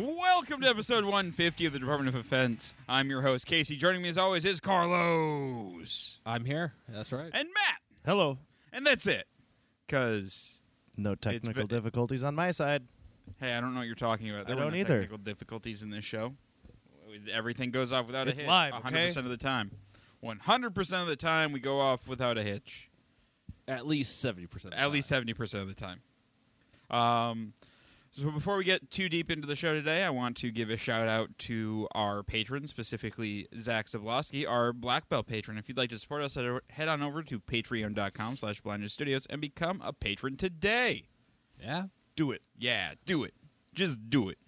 Welcome to episode 150 of the Department of Offense. I'm your host, Casey. Joining me as always is Carlos I'm here. That's right. and Matt. Hello. And that's it. Because, No technical ve- difficulties on my side. hey, I don't know what you're talking about. There I were don't no either. technical difficulties in this show. Everything goes off without It's a hitch. live, 100% of the time. 100% of the time, we go off without a hitch. At least seventy percent. At least 70% of the time. Um, so before we get too deep into the show today, I want to give a shout out to our patron, specifically Zach Zablosky, our black belt patron. If you'd like to support us, head o- head on over to patreon.com slash Blind Ninja studios and become a patron today. Yeah. Do it. Yeah, do it. Just do it.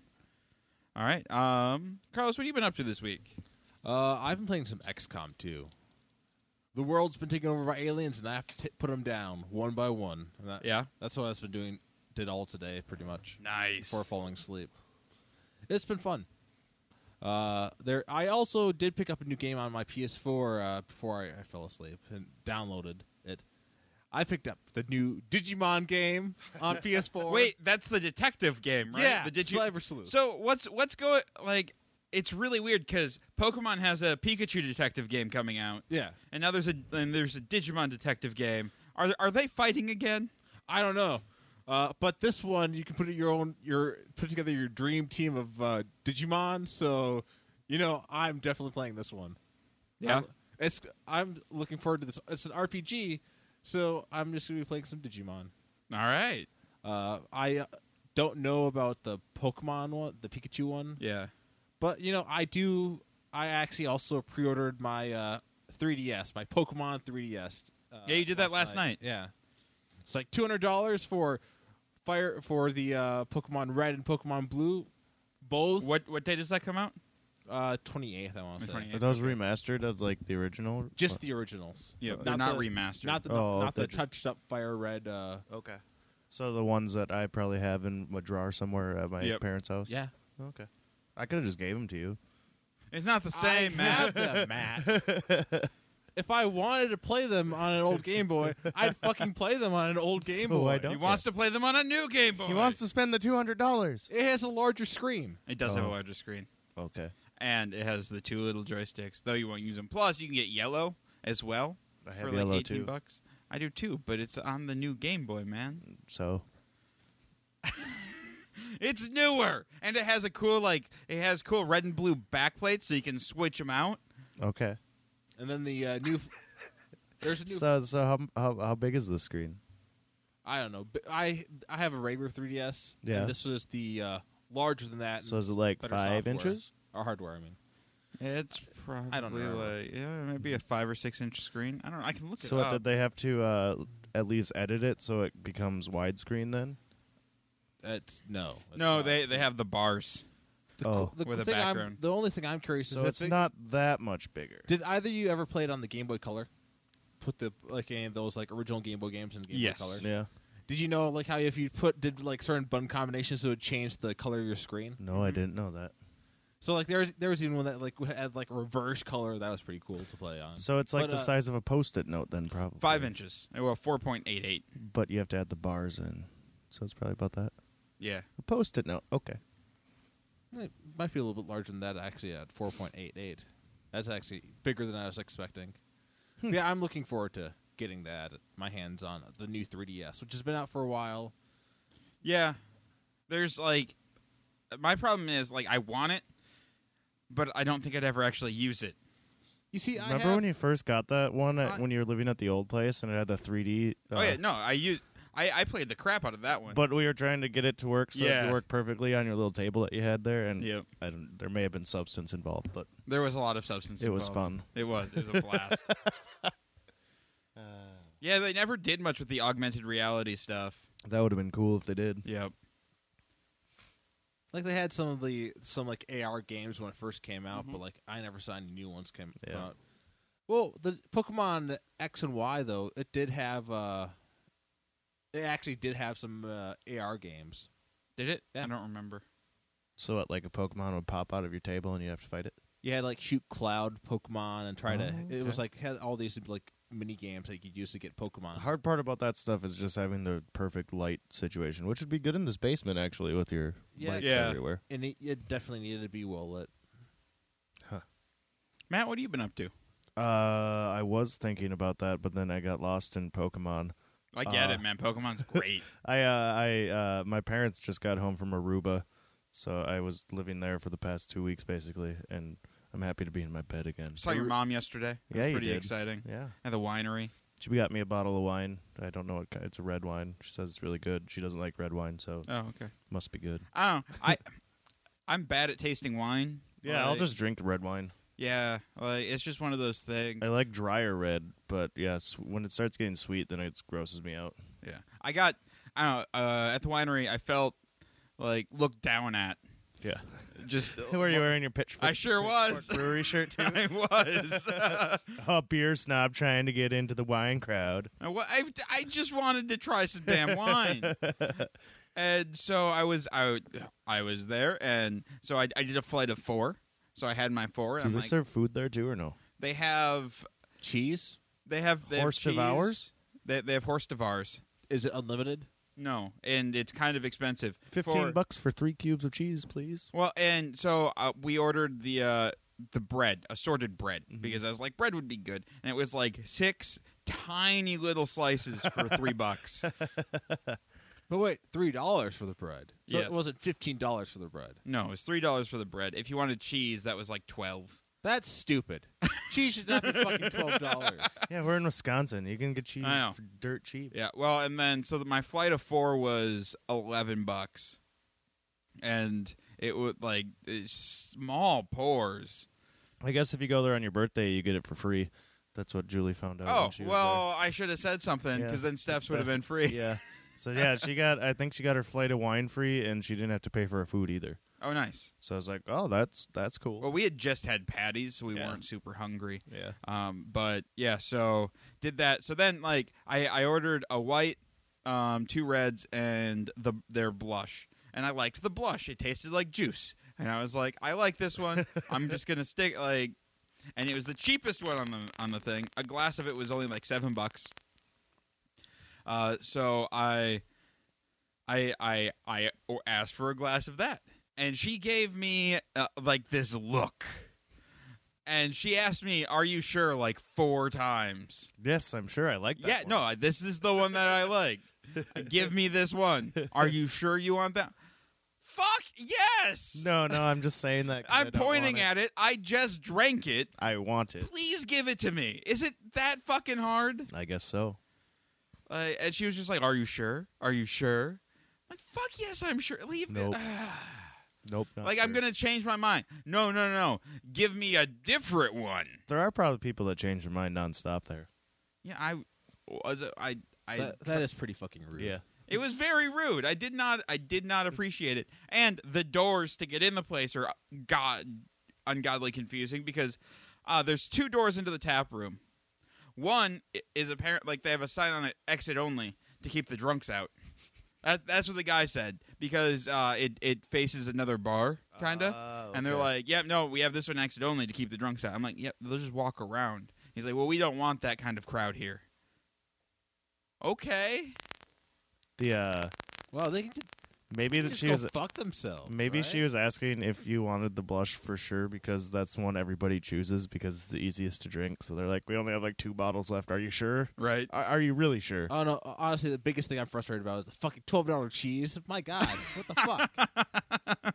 All right. Um, Carlos, what have you been up to this week? Uh, I've been playing some XCOM too. The world's been taken over by aliens, and I have to t- put them down one by one. And that, Yeah. That's what I've been doing. Did all today, pretty much, Nice. before falling asleep. It's been fun. Uh, there. I also did pick up a new game on my PS4 uh, before I, I fell asleep and downloaded it. I picked up the new Digimon game on PS4. Wait, that's the detective game, right? Yeah, the digi- Cyber Sleuth. So what's what's going like? It's really weird because Pokemon has a Pikachu detective game coming out, Yeah. and now there's a and there's a Digimon detective game. Are th- are they fighting again? I don't know. Uh, but this one, you can put it your own, your put together your dream team of uh, Digimon. So, you know, I'm definitely playing this one. Yeah. I'm, it's I'm looking forward to this. It's an RPG, so I'm just gonna be playing some Digimon. All right. Uh, I uh, don't know about the Pokemon one, the Pikachu one, Yeah. but you know, I do. I actually also pre-ordered my uh, 3DS, my Pokemon 3DS. Uh, Yeah, you did that last night. Yeah, it's like two hundred dollars for fire for the uh, Pokemon Red and Pokemon Blue, both. What what day does that come out? Uh, twenty eighth, I want to say. 28th. Are those remastered of like the original? Just the originals. Yeah, they're not the, remastered. Not the Oh, not the they're just- touched up Fire Red. Uh, okay. So the ones that I probably have in a drawer somewhere at my Yep. parents' house. yeah, Okay. I could have just gave them to you. It's not the same, I man. have them, Matt. if I wanted to play them on an old Game Boy, I'd fucking play them on an old Game So Boy. I don't- He wants to play them on a new Game Boy. He wants to spend the two hundred dollars. It has a larger screen. It does have a Oh. larger screen. Okay. and it has the two little joysticks. Though you won't use them. Plus, you can get yellow as well I for have like yellow eighteen too. bucks. I do too, but it's on the new Game Boy, man. So It's newer, and it has a cool like it has cool red and blue backplates, so you can switch them out. okay. And then the uh, new. There's a new. So so how, how how big is this screen? I don't know. but I I have a regular 3DS. Yeah. And this is the uh, larger than that. So and is it like better five software. inches? Or hardware, I mean. It's probably know. like yeah, maybe a five or six inch screen. I don't know. I can look So it what, up. did they have to uh, at least edit it so it becomes widescreen then? It's no. it's no, not. they they have the bars. The, Oh. co- the, With a thing I'm- background. the only thing I'm curious is So that it's thing- not that much bigger. Did either of you ever play it on the Game Boy Color? Put the like any of those like original Game Boy games in Game Yes. Boy Color. Yeah. Did you know like how if you put did like certain button combinations it would change the color of your screen? No, I didn't know that. So like there was there was even one that like had like reverse color that was pretty cool to play on. So it's like But, the uh, size of a post-it note, then probably Five inches. Well, four point eight eight. But you have to add the bars in, so it's probably about that. Yeah. A post-it note. Okay. It might be a little bit larger than that, actually, at 4.88. That's actually bigger than I was expecting. Hmm. But Yeah, I'm looking forward to getting that, my hands on the new 3DS, which has been out for a while. Yeah. There's like my problem is like I want it, but I don't think I'd ever actually use it. You see, I Remember have- when you first got that one at, I- when you were living at the old place and it had the 3D? Uh, Uh, oh yeah, no, I use I, I played the crap out of that one. But we were trying to get it to work so it Yeah. could work perfectly on your little table that you had there, and Yep. I don't, there may have been substance involved, but there was a lot of substance. It was involved. fun. It was. It was a blast. yeah, they never did much with the augmented reality stuff. that would have been cool if they did. Yep. Like, they had some of the, some, like, AR games when it first came out, but, like, I never saw any new ones come Mm-hmm. Yeah. out. Well, the Pokemon X and Y though it did have uh, it actually did have some uh, AR games. Did it? Yeah. I don't remember. So what, like a Pokemon would pop out of your table and you have to fight it? You had like shoot cloud Pokemon and try to. Oh, It was okay. like had all these like mini games that you could use to get Pokemon. The hard part about that stuff is just having the perfect light situation, which would be good in this basement actually with your Yeah. lights Yeah. everywhere. and it, it definitely needed to be well lit. Matt, what have you been up to? Uh, I was thinking about that, but then I got lost in Pokemon. I get Uh, it, man. Pokemon's great. I uh, I uh, my parents just got home from Aruba, so I was living there for the past two weeks basically, and I'm happy to be in my bed again. Saw your mom yesterday. It Yeah, was you pretty did. exciting. yeah, At the winery. she got me a bottle of wine. I don't know what kind. It's a red wine. She says it's really good. She doesn't like red wine, so it Oh, okay. must be good. I don't know. I I'm bad at tasting wine. Yeah, I'll Like, just drink red wine. Yeah. Like it's just one of those things. I like drier red, but yeah, s when it starts getting sweet, then it grosses me out. Yeah. I got I don't know, uh, at the winery I felt like looked down at. Yeah, Just where you wearing your pitchfork? I sure was. brewery shirt too. I was. a beer snob trying to get into the wine crowd. I, wa- I, I just wanted to try some damn wine. and so I was I, w- I was there and so I, I did a flight of 4. So I had my 4 Do and they I'm like, serve food there too or no? they have Cheese? they have they Horse have cheese. devours? They they have horse devours. Is it unlimited? No, and it's kind of expensive. Fifteen For- bucks for three cubes of cheese, please. Well, and so uh, we ordered the uh, the bread, assorted bread, Mm-hmm. because I was like, bread would be good, and it was like six tiny little slices for three bucks. But wait, three dollars for the bread. So Yes. it wasn't fifteen dollars for the bread. No, it was three dollars for the bread. If you wanted cheese, that was like twelve. That's stupid. Cheese should not be fucking twelve dollars. Yeah, we're in Wisconsin. You can get cheese I know. for dirt cheap. Yeah. Well, and then so that my flight of four was eleven bucks, and it would like it's small pours. I guess if you go there on your birthday, you get it for free. That's what Julie found out. when she oh was well, I should have said something because Yeah, then Steph's it's would have that- been free. there. yeah. So yeah, she got. I think she got her flight of wine free, and she didn't have to pay for her food either. Oh, nice. So I was like, oh, that's that's cool. Well, we had just had patties, so we Yeah. weren't super hungry. yeah. Um, but yeah, so did that. So then, like, I, I ordered a white, um, two reds, and the their blush, and I liked the blush. It tasted like juice, and I was like, I like this one. I'm just gonna stick like, and it was the cheapest one on the on the thing. A glass of it was only like seven bucks. Uh, so I, I, I, I o- asked for a glass of that, and she gave me uh, like this look, and she asked me, "Are you sure?" Like four times. Yes, I'm sure I like that. yeah, one. no, I- this is the one that I like. Give me this one. Are you sure you want that? Fuck yes. no, no. I'm just saying that. 'cause I I'm don't want pointing it. at it. I just drank it. I want it. Please give it to me. Is it that fucking hard? I guess so. Uh, and she was just like, "Are you sure? Are you sure?" I'm like, fuck yes, I'm sure. Leave Nope. it. Nope. not like, I'm sure. gonna change my mind. No, no, no, no. Give me a different one. There are probably people that change their mind nonstop there. Yeah, I was. I. I. That, that is pretty fucking rude. it was very rude. I did not. I did not appreciate it. And the doors to get in the place are uh, god ungodly confusing because uh, there's two doors into the tap room. One i- is apparent like they have a sign on it, exit only, to keep the drunks out. That, that's what the guy said because uh, it it faces another bar, kinda. Oh, And they're okay. like, "Yep, no, we have this one exit only to keep the drunks out." I'm like, "Yep, they'll just walk around." He's like, "Well, we don't want that kind of crowd here." Okay. The uh, Well, they can just, maybe they that just she go was fuck themselves. maybe right? she was asking if you wanted the blush for sure because that's the one everybody chooses because it's the easiest to drink. So they're like, we only have like two bottles left. Are you sure? Right. Are, are you really sure? Uh, Oh no! Honestly, the biggest thing I'm frustrated about is the fucking twelve dollar cheese. My God, what the fuck?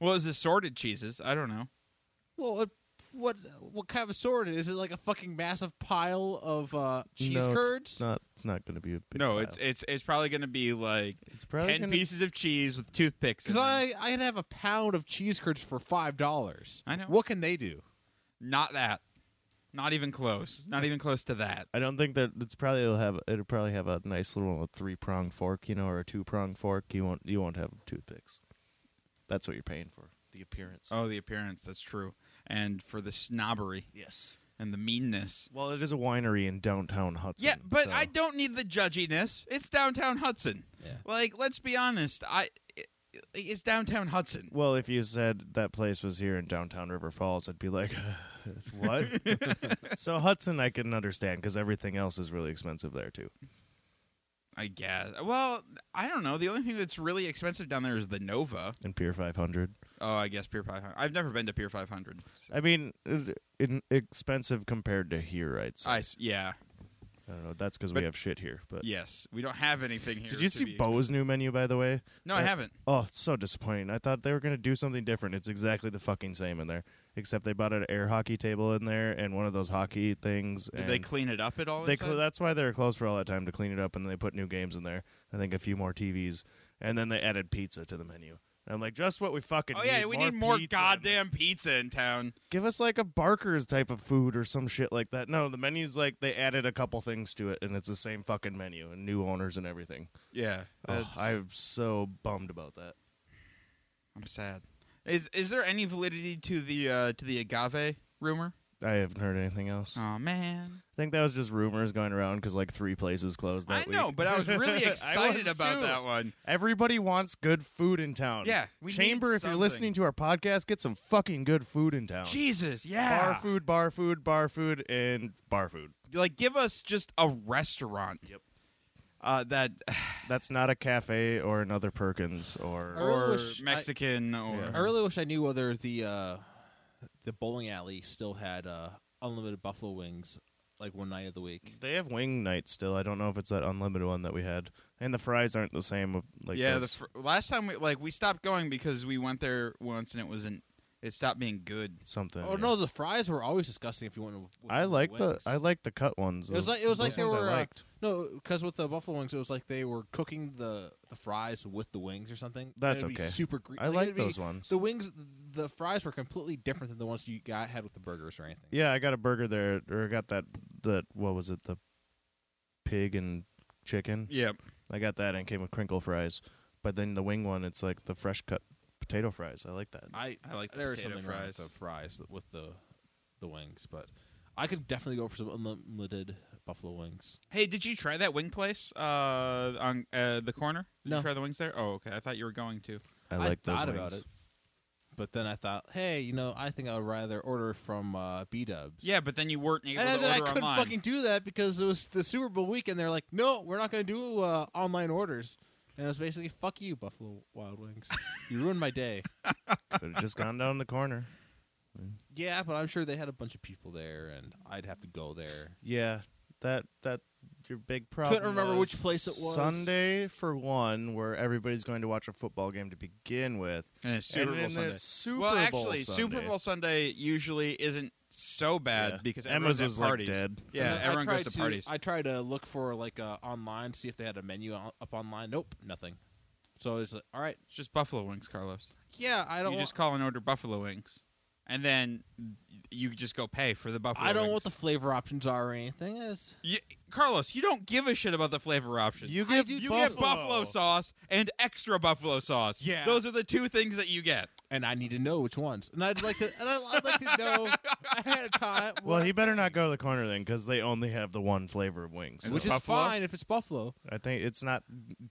Well, it's assorted cheeses. I don't know. Well, what, what what kind of assorted is it? Like a fucking massive pile of uh, cheese no, it's curds? not. It's not going to be a big no, pile. it's it's it's probably going to be like it's probably 10 gonna- pieces of cheese with toothpicks. in Because them. I I could have a pound of cheese curds for five dollars. I know. What can they do? Not that. Not even close. Not even close to that. I don't think that it's probably it'll have it'll probably have a nice little three prong fork, you know, or a two prong fork. You won't you won't have toothpicks. That's what you're paying for the appearance. Oh, the appearance. That's true. And for the snobbery. yes. and the meanness. Well, it is a winery in downtown Hudson. Yeah, but so- I don't need the judginess. It's downtown Hudson. Yeah. Like, let's be honest. I it, it's downtown Hudson. Well, if you said that place was here in downtown River Falls, I'd be like, what? so Hudson, I can understand because everything else is really expensive there too. I guess. Well, I don't know. The only thing that's really expensive down there is the Nova. And Pier 500. Oh, I guess Pier 500. I've never been to Pier 500. I mean, it, it, expensive compared to here, I'd say. I s- yeah. I don't know. That's because But- we have shit here. But Yes. We don't have anything here. did you to be see Bo's new menu by the way? No, I Uh, haven't. Oh, it's so disappointing. I thought they were gonna do something different. It's exactly the fucking same in there, except they bought an air hockey table in there and one of those hockey things. Did and they clean it up at all? they inside? cl- that's why they were closed for all that time to clean it up, and they put new games in there. I think a few more TVs, and then they added pizza to the menu. And I'm like, just what we fucking. oh yeah, we need more pizza. goddamn pizza in town. Give us like a Barker's type of food or some shit like that. No, the menu's like they added a couple things to it, and it's the same fucking menu and new owners and everything. Yeah. Oh, that's- I'm so bummed about that. I'm sad. Is is there any validity to the uh, to the agave rumor? I haven't heard anything else. Oh man, I think that was just rumors going around because like three places closed I that week. know, but I was really I excited was about too. that one. Everybody wants good food in town. Yeah, we Chamber, need if you're something. listening to our podcast, get some fucking good food in town. Jesus, yeah, Bar food, bar food, bar food, and bar food. like give us just a restaurant. Yep. Uh, that That's not a cafe or another Perkins or. I really or wish I- Mexican or I really wish I knew whether the uh, the bowling alley still had uh, unlimited buffalo wings like one night of the week. They have wing night still. I don't know if it's that unlimited one that we had. And the fries aren't the same. Of, like yeah. The those- fr- last time we like we stopped going because we went there once and it wasn't it stopped being good. something. Oh yeah. no, the fries were always disgusting. If you want to, I like the I like the cut ones. It was like it was Those like they ones I were uh, liked. no, because with the buffalo wings, it was like they were cooking the, the fries with the wings or something. and That's it'd be okay. super green. I like it'd be- those ones. The wings, the fries were completely different than the ones you got had with the burgers or anything. Yeah, I got a burger there, or I got that that what was it the pig and chicken. Yeah. I got that and it came with crinkle fries. But then the wing one, it's like the fresh cut potato fries. I like that. I I like the there is potato something wrong with fries. the fries with the the wings, but I could definitely go for some unlimited buffalo wings. Hey, did you try that wing place uh, on uh, the corner? Did No. You try the wings there? Oh, okay. I thought you were going to. I like those thought wings. about it, but then I thought, hey, you know, I think I would rather order from uh, B Dubs. Yeah, but then you weren't able to And then I order couldn't online. fucking do that because it was the Super Bowl week, and they're like, "No, we're not going to do uh, online orders." And it was basically, "Fuck you, Buffalo Wild Wings. you ruined my day." Could have just gone down the corner. Yeah, but I'm sure they had a bunch of people there, and I'd have to go there. Yeah, that that your big problem. remember which was place it was. Sunday for one, where everybody's going to watch a football game to begin with. And it's Super and Bowl then Sunday. it's Super well, Bowl actually, Super Sunday. Bowl Sunday usually isn't so bad Yeah. because Emma's everyone's was, at like, parties. dead. Yeah, And I everyone goes tried to, parties. I tried to look for like uh, online, see if they had a menu on- up online. Nope, nothing. So it's like, all right, It's just buffalo wings, Carlos. yeah, I don't. you just Want, call and order buffalo wings, and then you just go pay for the buffalo. I don't know wings. what the flavor options are or anything. Is You, Carlos, you don't give a shit about the flavor option. You I get do you buffalo. get buffalo sauce and extra buffalo sauce. Yeah. those are the two things that you get. and I need to know which ones, and I'd like to, and I- I'd like to know ahead of time. Well, what- he better not go to the corner then, because they only have the one flavor of wings. Is So which is buffalo? fine if it's buffalo. I think it's not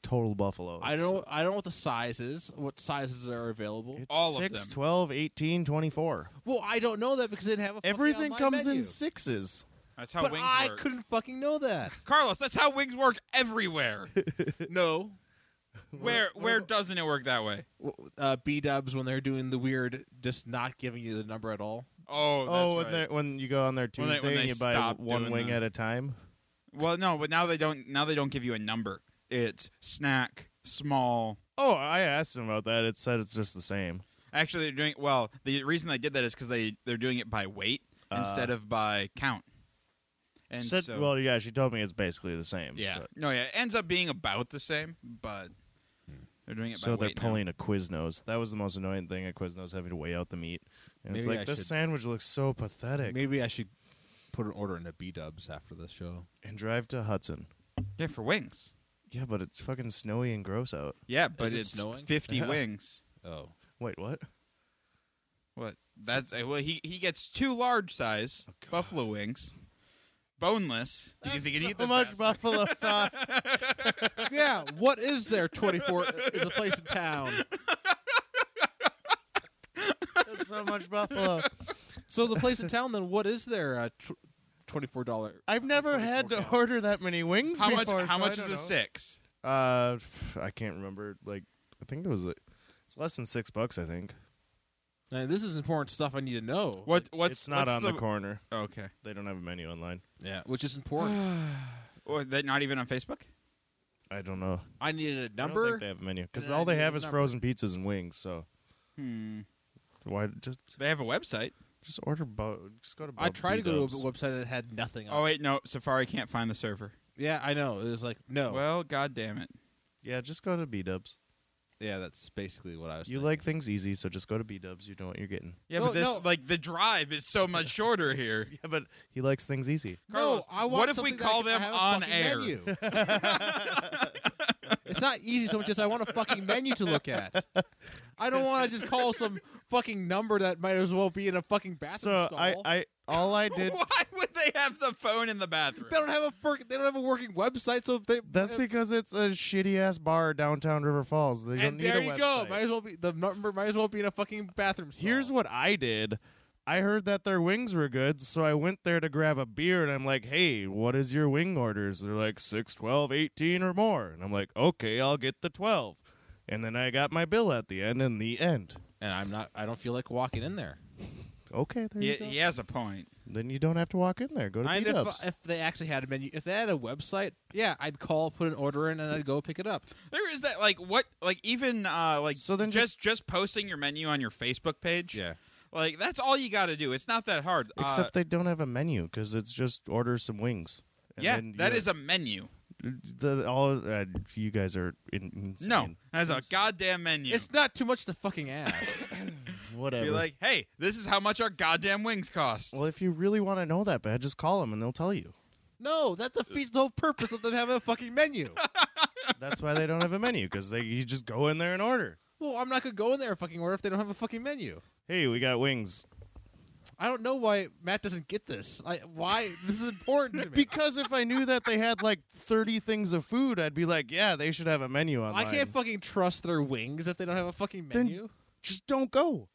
total buffalo. I It's- don't, I don't know what the size is, what sizes are available. It's All of 6, them. 12, 18, 24. Well, I don't know that because they didn't have a fucking Everything online comes menu. in sixes. That's how But wings I work. couldn't fucking know that. Carlos, that's how wings work everywhere. no, where where doesn't it work that way? uh, B Dubs when they're doing the weird, just not giving you the number at all. Oh, that's oh, when, right. they're- when you go on there When they- Tuesday when and they you buy stop one doing wing the- at a time. Well, no, but now they don't. Now they don't give you a number. It's snack, small. Oh, I asked him about that. It said it's just the same. Actually, they're doing well. The reason they did that is because they they're doing it by weight instead of by count. And Ah. Said- so, well, yeah, she told me it's basically the same. yeah, but- no, yeah, it ends up being about the same, but they're doing it. so by they're weight now. pulling a Quiznos. That was the most annoying thing at Quiznos, having to weigh out the meat. And it's Maybe like, I this should- sandwich looks so pathetic. Maybe I should put an order into B Dubs after this show. And drive to Hudson. Yeah, for wings. Yeah, but it's fucking snowy and gross out. Yeah, but it it's snowing? fifty Yeah. wings. Oh, Wait, what? What? That's uh, well, he he gets two large size Oh, buffalo wings, boneless because he can eat them. much fast. buffalo sauce. yeah, what is there? Twenty four is a place in town. That's so much buffalo. So the place in town, then what is there? Uh, tw- twenty four dollar. I've never had to order that many wings How much? before. How so I much don't is a know. six? Uh, pff, I can't remember. Like, I think it was like, it's less than six bucks. I think Now, this is important stuff I need to know. What? What's it's not what's on the, corner. Okay. They don't have a menu online. Yeah, which is important. Or that not even on Facebook? I don't know. I needed a I number. don't think they have a menu because Uh, all they yeah, have is number. frozen pizzas and wings. So Hmm. why just They have a website. just order? Bu- just go to. I Bub tried to go B-dubs. to a website that had nothing. Oh on it. wait, no. Safari can't find the server. yeah, I know. It was like Oh. no. Well, god damn it. Yeah, just go to B Dubs. yeah, that's basically what I was. You thinking. like things easy, so just go to B Dubs. You know what you're getting. Yeah, No, but this no. like the drive is so much shorter here. Yeah, but he likes things easy. Carlos, no, I want what if we something that call I can them have a on fucking air? menu. it's not easy so much as I want a fucking menu to look at. I don't want to just call some fucking number that might as well be in a fucking bathroom So stall. I, I all I did. Why would they have the phone in the bathroom? they don't have a fir- they don't have a working website, so they That's uh, because it's a shitty ass bar downtown River Falls. They don't and need there a you go. website. Might as well be the number. Might as well be in a fucking bathroom. Stall. Here's what I did. I heard that their wings were good, so I went there to grab a beer and I'm like, "Hey, what is your wing orders?" They're like 6, 12, 18 or more. And I'm like, "Okay, I'll get the 12." And then I got my bill at the end and the end. and I'm not. I don't feel like walking in there. Okay, there He, you go. he has a point. Then you don't have to walk in there. Go to And beat ups. if, if they actually had a menu, if they had a website, yeah, I'd call, put an order in, and I'd go pick it up. There is that like what like even uh like So then just just posting your menu on your Facebook page. Like that's all you got to do. It's not that hard. Uh, Except they don't have a menu because it's just order some wings. And yeah, then that you're- is a menu. the, all. Uh, you guys are in, insane. No, that's a goddamn menu. It's not too much to fucking ask. whatever. Be like, hey, this is how much our goddamn wings cost. well, if you really want to know that bad, just call them and they'll tell you. no, that defeats the whole purpose of them having a fucking menu. That's why they don't have a menu because they you just go in there and order. well, I'm not gonna go in there and fucking order if they don't have a fucking menu. Hey, we got wings. I don't know why Matt doesn't get this. I, why this is important to me. Because if I knew that they had like thirty things of food, I'd be like, yeah, they should have a menu I online. can't fucking trust their wings if they don't have a fucking Then- menu. just don't go.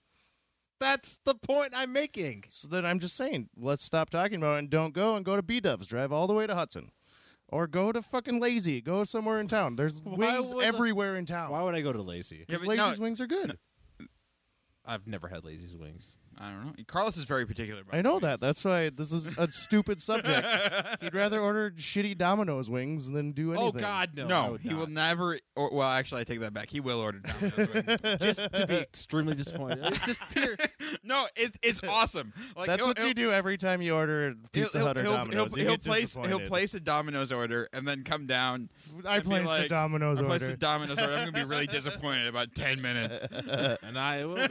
That's the point I'm making. So then I'm just saying, let's stop talking about it and don't go and go to B Dubs. Drive all the way to Hudson. Or go to fucking Lazy. Go somewhere in town. There's Why wings would the- everywhere in town. Why would I go to Lazy? Yeah, Because but no- Lazy's wings are good. I've never had Lazy's wings. I don't know. Carlos is very particular. About I know his that. wings. That's why this is a stupid subject. He'd rather order shitty Domino's wings than do anything. Oh God, no! I no, would he not. will never. Or, well, actually, I take that back. He will order Domino's. wings. just to be extremely disappointed. It's just pure. no, it, it's awesome. Like, That's he'll- what you he'll- do every time you order Pizza Hut or Domino's. He'll, You he'll get place he'll disappointed. place a Domino's order and then come down. I and be placed a like, Domino's I placed order. a Domino's order. I'm gonna be really disappointed in about ten minutes. And I will.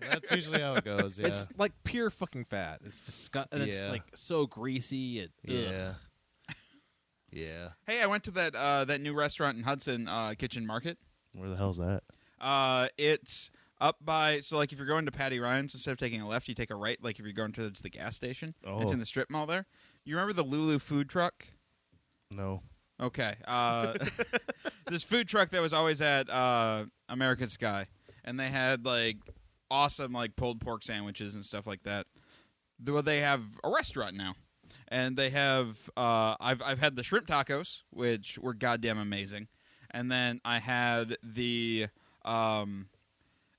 That's usually how it goes. Yeah. It's like pure fucking fat. It's disgusting. and It's Yeah. like so greasy. It, ugh. yeah. yeah. Hey, I went to that uh, that new restaurant in Hudson, uh, Kitchen Market. Where the hell's that? Uh, it's up by so like if you're going to Patty Ryan's instead of taking a left, you take a right. Like if you're going towards the gas station, it's Oh. in the strip mall there. You remember the Lulu food truck? No. Okay. Uh, this food truck that was always at uh, American Sky, and they had like awesome like pulled pork sandwiches and stuff like that. Th- Well, they have a restaurant now, and they have uh, I've I've had the shrimp tacos, which were goddamn amazing, and then I had the um,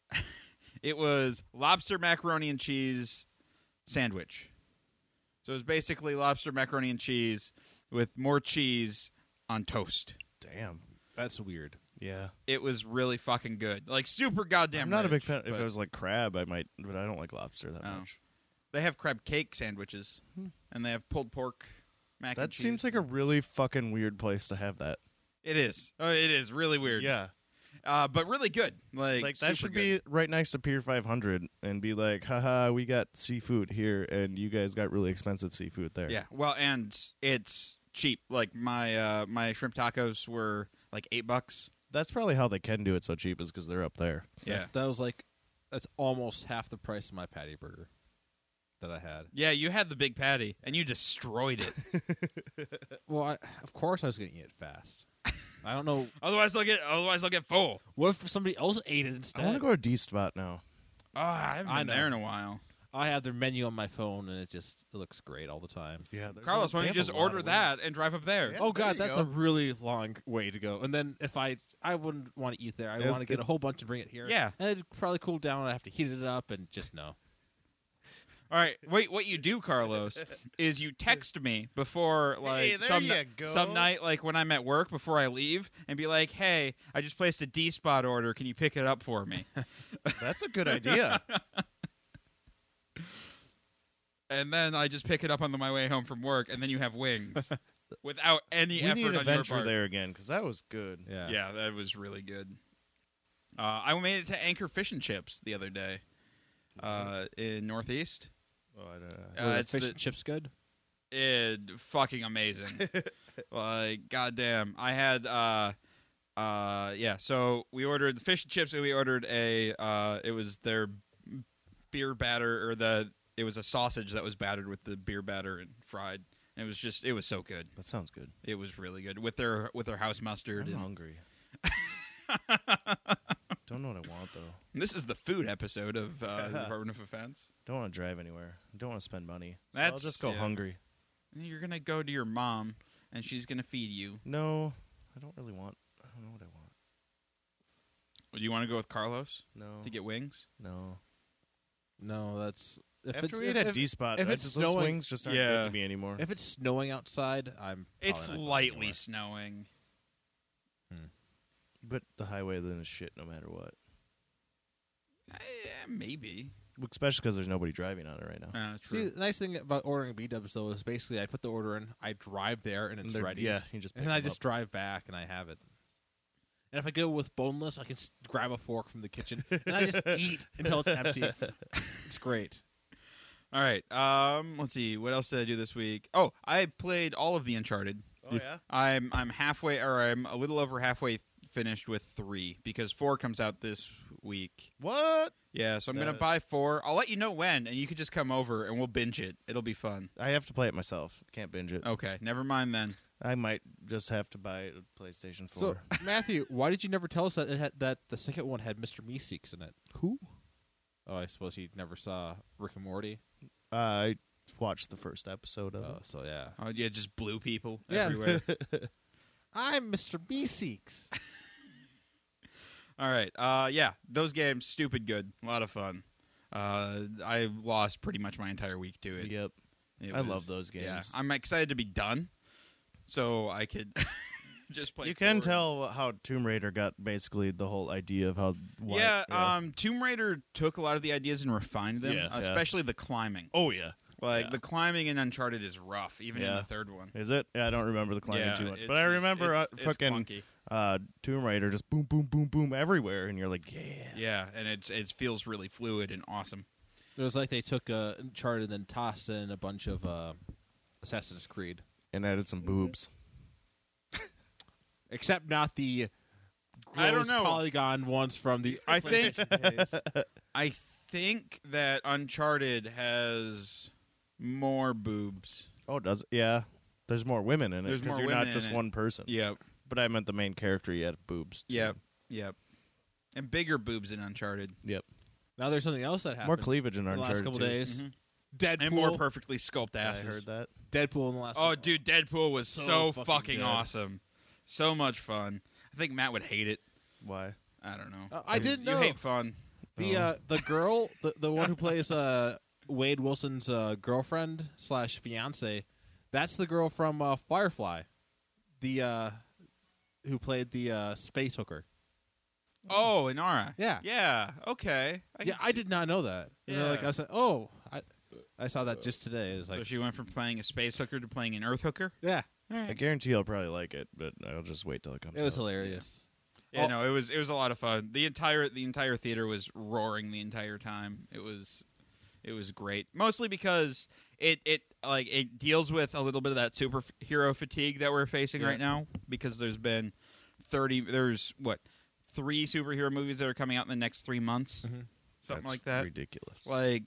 it was lobster macaroni and cheese sandwich. So it was basically lobster macaroni and cheese with more cheese on toast. Damn. That's weird. Yeah. It was really fucking good. Like super goddamn. I'm not a big rich, fan. If but- it was like crab, I might, but I don't like lobster that Oh. much. they have crab cake sandwiches, and they have pulled pork mac. and Hmm. That seems cheese. like a really fucking weird place to have that. It is. Oh, it is really weird. Yeah. Uh, but really good. Like, like super that should good. be right next to Pier 500 and be like, haha, we got seafood here and you guys got really expensive seafood there. Yeah. Well, and it's cheap. Like my uh, my shrimp tacos were like eight bucks. That's probably how they can do it so cheap is because they're up there. Yeah. That's- That was like. that's almost half the price of my patty burger that I had. Yeah, you had the big patty and you destroyed it. Well, I, of course I was going to eat it fast. I don't know otherwise, they'll get otherwise they'll get full. what if somebody else ate it I instead. want to go to D Spot now. Oh, I haven't I been know. there in a while. I have their menu on my phone, and it just it looks great all the time. Yeah, Carlos, why don't you just order that and drive up there? Yeah. oh there God, you that's go. a really long way to go. And then if I I wouldn't want to eat there, I Yeah, want to get it- a whole bunch and bring it here. Yeah. and it'd probably cool down. and I have to heat it up, and just no. All right. Wait. What you do, Carlos, is you text me before like there some you ni- go. some night, like when I'm at work before I leave, and be like, "Hey, I just placed a D spot order. Can you pick it up for me?" that's a good idea. and then I just pick it up on the, my way home from work, and then you have wings without any we effort need to on venture your part. there again because that was good. Yeah, Yeah, that was really good. Uh, I made it to Anchor Fish and Chips the other day uh, in Northeast. Oh, I don't- Uh, Were the it's fish the- and chips good. it fucking amazing. like goddamn, I had uh uh yeah. So we ordered the fish and chips, and we ordered a uh it was their beer batter or the it was a sausage that was battered with the beer batter and fried. And it was just it was so good. that sounds good. It was really good with their with their house mustard. I'm And hungry. don't know what I want though. this is the food episode of uh, the Department of Offense. Don't want to drive anywhere. Don't want to spend money. So I'll That's- just go yeah. hungry. And you're gonna go to your mom, and she's gonna feed you. No, I don't really want. I don't know what I want. Do you want to go with Carlos No, to get wings? no. No, that's if After it's we if, had at if- D Spot, if I it's just those snowing- wings just aren't Yeah. good to me anymore. if it's snowing outside, I'm. It's probably not going lightly anywhere. snowing. but the highway then is shit no matter what. Eh, yeah, maybe. Especially because there's nobody driving on it right now. Uh, See, true. the nice thing about ordering B dubs though is basically I put the order in, I drive there, and And it's they're- ready. Yeah, you just pick and I them just up. drive back and I have it. And if I go with boneless, I can s- grab a fork from the kitchen and I just eat until it's empty. It's great. All right. Um, let's see. What else did I do this week? Oh, I played all of the Uncharted. Oh yeah. I'm I'm halfway, or I'm a little over halfway finished with three because four comes out this week. What? Yeah, so I'm gonna That- buy four. I'll let you know when, and you could just come over and we'll binge it. It'll be fun. I have to play it myself. Can't binge it. Okay, never mind then. I might just have to buy a PlayStation 4. So, Matthew, why did you never tell us that it had, that the second one had Mr. Meeseeks in it? Who? Oh, I suppose he never saw Rick and Morty. I watched the first episode of Oh, so yeah. Oh yeah, just blue people Yeah. everywhere. I'm Mr. Meeseeks. All right. Uh, yeah, those games stupid good. A lot of fun. Uh, I lost pretty much my entire week to it. it. Yep. It I love those games. I'm excited to be done, so I could just play. you can forward. tell how Tomb Raider got basically the whole idea of how. why- Yeah, um, Tomb Raider took a lot of the ideas and refined them, Yeah, yeah. especially the climbing. oh yeah. Like yeah. the climbing in Uncharted is rough, even in Yeah. the third one. Is it? Yeah, I don't remember the climbing yeah, too much, it's but I just- remember uh, it's- it's fucking clunky. uh, Tomb Raider just boom, boom, boom, boom everywhere, and you're like, yeah. Yeah, and it it feels really fluid and awesome. It was like they took a chart and then tossed in a bunch of uh, Assassin's Creed. And added Mm-hmm. some boobs. Except not the I don't gross know. polygon ones from the I think- PlayStation days. I think that Uncharted has more boobs. Oh, does it? yeah. There's more women in it There's because more you're women not in just it. one person. Yep. But I meant the main character. You had boobs. too. Yep. Yep. And bigger boobs in Uncharted. Yep. Now there's something else that happened. More cleavage in in the Uncharted. last couple too. days. Mhm. Deadpool. And more perfectly sculpted Mm-hmm. I asses. heard that. Deadpool in the last. Oh, dude, Deadpool was so, So fucking, fucking good. awesome. So much fun. I think Matt would hate it. Why? I don't know. Uh, I didn't you know. hate fun. the Oh. uh, the girl, the, the one who plays uh, Wade Wilson's uh, girlfriend slash fiance, that's the girl from uh, Firefly, the uh, who played the uh, space hooker. Oh, Inara. Yeah. Yeah. Okay. can yeah, I see- did not know that. You know, like Yeah. I said, oh, I, I saw that just today. It's So like, she went from playing a space hooker to playing an earth hooker. yeah, I guarantee I'll probably like it, but I'll just wait till it comes. it was out. hilarious. Yeah, Oh. no, it was it was a lot of fun. The entire the entire theater was roaring the entire time. It was it was great. Mostly because it it like it deals with a little bit of that superhero fatigue that we're facing Yeah. right now because there's been 30 there's what three superhero movies that are coming out in the next 3 months. something Mm-hmm. That's like that. Ridiculous. Like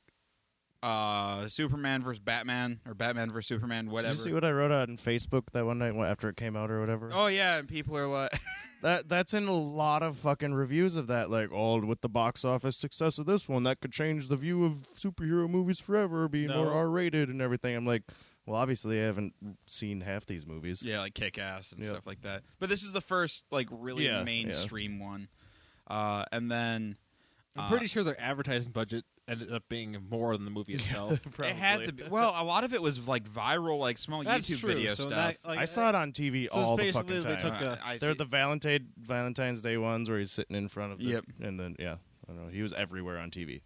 uh, Superman versus Batman or Batman versus Superman, Did whatever. you see what I wrote on Facebook that one night after it came out or whatever? oh yeah, and people are like, That that's in a lot of fucking reviews of that. Like, oh, with the box office success of this one, that could change the view of superhero movies forever, being No. more R rated and everything. I'm like, well, obviously I haven't seen half these movies. yeah, like Kick Ass and Yeah. stuff like that. But this is the first like really Yeah, yeah. mainstream one. Uh, and then I'm Uh, pretty sure their advertising budget ended up being more than the movie itself. it had to be. Well, a lot of it was like viral, like small That's YouTube true. video so stuff. that- like, uh, I saw it on TV so it's all the basically fucking they time. took a- Uh, I They're see. the Valentine Valentine's Day ones where he's sitting in front of the, Yep. and then yeah, I don't know. He was everywhere on TV.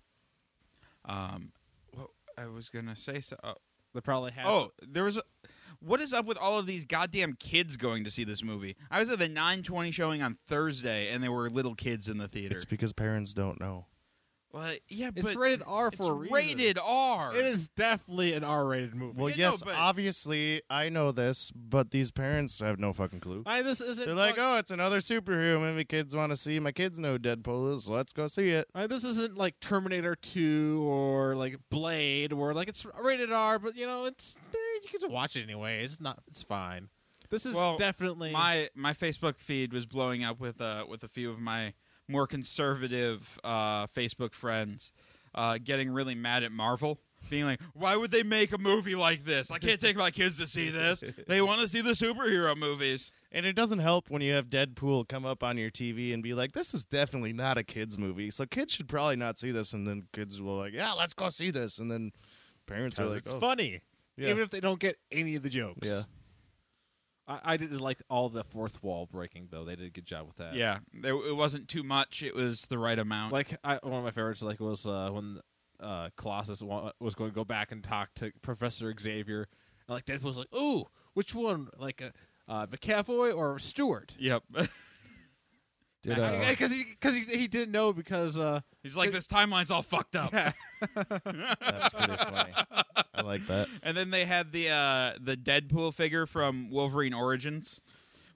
Um, what I was gonna say. So, uh, They probably had. oh, there was. A, what is up with all of these goddamn kids going to see this movie? I was at the nine twenty showing on Thursday, and there were little kids in the theater. It's because parents don't know. well, yeah, it's but rated R it's for a reason. rated R. It is definitely an R-rated movie. Well, Yeah, no, yes, but- obviously I know this, but these parents have no fucking clue. I, this isn't. They're like, fuck- oh, it's another superhero movie kids want to see. My kids know Deadpool is. Let's go see it. I- this isn't like Terminator 2 or like Blade, where like it's rated R, but you know it's eh, you can just watch it anyway. It's not. It's fine. This is Well, definitely my my Facebook feed was blowing up with uh with a few of my more conservative uh, Facebook friends uh, getting really mad at Marvel, being like, "Why would they make a movie like this? I can't take my kids to see this. They want to see the superhero movies." And it doesn't help when you have Deadpool come up on your TV and be like, this is definitely not a kids movie. So kids should probably not see this. And then kids will like, yeah, let's go see this. And then parents are like, it's oh. funny, Yeah. even if they don't get any of the jokes. Yeah. I, I didn't like all the fourth wall breaking though. They did a good job with that. Yeah, there, it wasn't too much. It was the right amount. like I, one of my favorites like was uh, when uh, Colossus wa- was going to go back and talk to Professor Xavier, and like Deadpool's like, "Ooh, which one? Like uh, uh, McCafoy or Stewart?" yep. Did, I- uh, Because he because he, he didn't know because uh, He's like, "This timeline's all fucked up." yeah. that's pretty funny. I like that. And then they had the uh, the Deadpool figure from Wolverine Origins,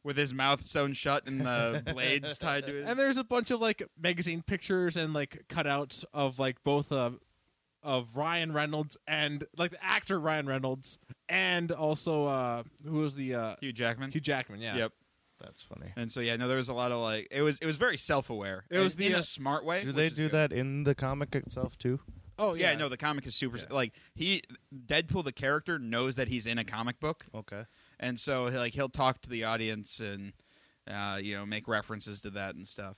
with his mouth sewn shut and the blades tied to his. and there's a bunch of like magazine pictures and like cutouts of like both uh, of Ryan Reynolds and like the actor Ryan Reynolds and also uh, who was the uh, Hugh Jackman. Hugh Jackman? Yeah. Yep. That's funny. And so yeah, no, there was a lot of like it was it was very self aware. It was in the, a uh, smart way. Do which they is do good. that in the comic itself too? Oh Yeah, yeah. no, the comic is super Yeah. like he Deadpool the character knows that he's in a comic book, Okay. and so like he'll talk to the audience and uh, you know make references to that and stuff.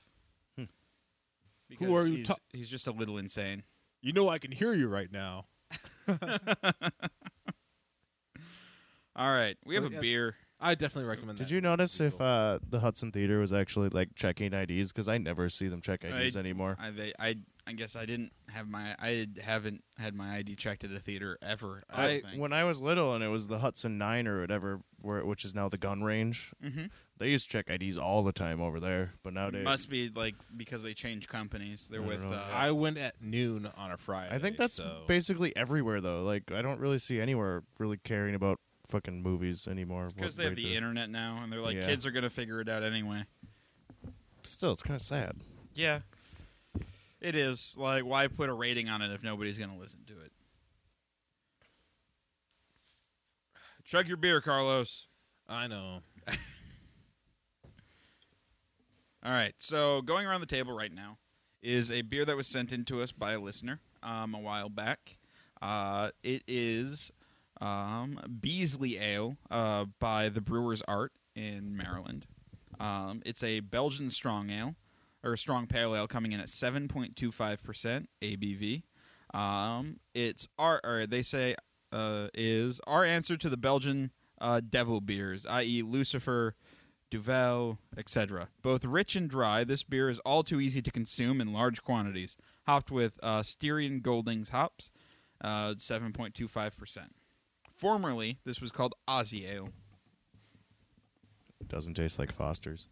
Because Who are you He's, ta- he's just a little insane. You know I can hear you right now. All right, we have a Well, yeah. beer. I definitely recommend that. Did you notice if uh, the Hudson Theater was actually like checking IDs? Because I never see them check IDs I- anymore. I they, I I guess I didn't have my I haven't had my ID checked at a theater ever. I, I, don't think. when I was little, and it was the Hudson Nine or whatever, where which is now the gun range. Mhm. They used to check IDs all the time over there, but nowadays, Must be like because they changed companies. They're I don't with. know. Uh, I went at noon on a Friday. I think that's so. basically everywhere though. Like I don't really see anywhere really caring about fucking movies anymore. because What they have they the do. internet now, and they're like, Yeah. kids are gonna figure it out anyway. Still, it's kind of sad. Yeah, it is. Like, why put a rating on it if nobody's gonna listen to it? Chug your beer, Carlos. I know. All right, so going around the table right now is a beer that was sent in to us by a listener um, a while back. Uh, it is um, Beasley Ale uh, by the Brewers Art in Maryland. Um, it's a Belgian strong ale or strong pale ale coming in at 7.25% ABV. Um, it's our or they say uh, is our answer to the Belgian uh, devil beers, i.e., Lucifer, Duvel, etc. Both rich and dry, this beer is all too easy to consume in large quantities. Hopped with uh, Styrian Goldings hops, uh, 7.25%. Formerly, this was called Aussie Ale. It doesn't taste like Foster's.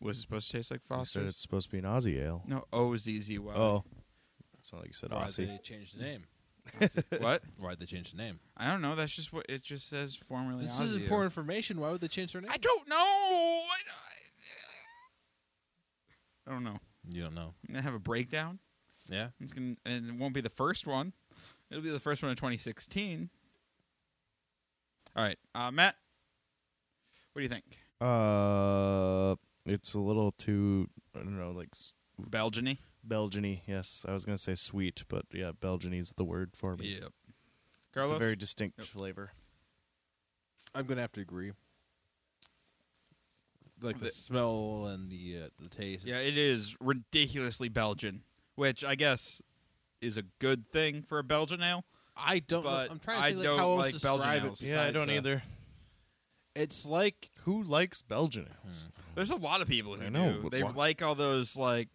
Was it supposed to taste like You said Foster's? it's supposed to be an Aussie ale. no, O Z Z Y. Oh, it's not like you said Why Aussie. they changed the name? what? Why they changed the name? I don't know. That's just what it just says. Formerly, This Aussie is Ale. important information. Why would they change their name? I don't know. I, I- I don't know. You don't know. I'm gonna have a breakdown. Yeah. It's gonna, and it won't be the first one. It'll be the first one in 2016. All right, uh, Matt. What do you think? Uh, it's a little too I don't know, like s- Belgiany. Belgiany. Yes, I was gonna say sweet, but yeah, Belgiany is the word for me. Carlos. It's a very distinct Yep. flavor. I'm gonna have to agree. Like the, The- smell and the uh, the taste. yeah, it is ridiculously Belgian, which I guess is a good thing for a Belgian ale. I don't. Know, But I'm trying to I think don't like how else like to Belgian describe ales. it. Yeah, I besides, don't uh, either. It's like Who likes Belgian ales? Hmm. There's a lot of people who I know, do. but They why- like all those like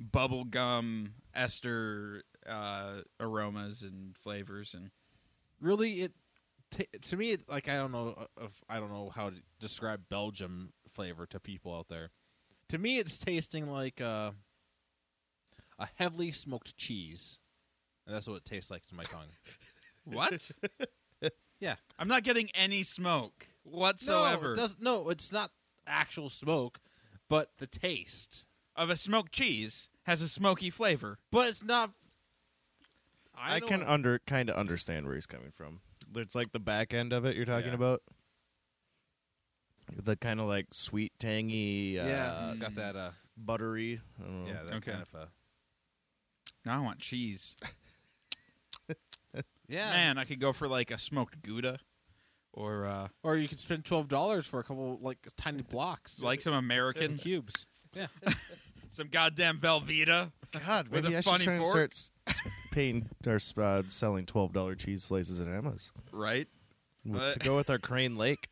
bubble gum ester uh, aromas and flavors, and really it. ta to me, it, like I don't know if I don't know how to describe Belgium flavor to people out there. To me, it's tasting like uh, a heavily smoked cheese, and that's what it tastes like to my tongue. what? Yeah. I'm not getting any smoke whatsoever No, it does, no, it's not actual smoke, but the taste. of a smoked cheese has a smoky flavor. But it's not. I, don't- can under kind of understand where he's coming from. It's like the back end of it you're talking Yeah. about. The kind of like sweet, tangy, uh, yeah, it's got that. Uh, buttery. I don't know. yeah, that Mm. Okay. kind of. Uh, Now I want cheese. yeah, Man, I could go for like a smoked Gouda, or uh, or you could spend twelve dollars for a couple like tiny blocks, like some in American, cubes. Yeah, some goddamn Velveeta. God, With maybe a I should funny try and fork? start s- s- paying or s- uh, selling twelve dollar cheese slices at Emma's Right? w- Uh, to go with our Crane Lake.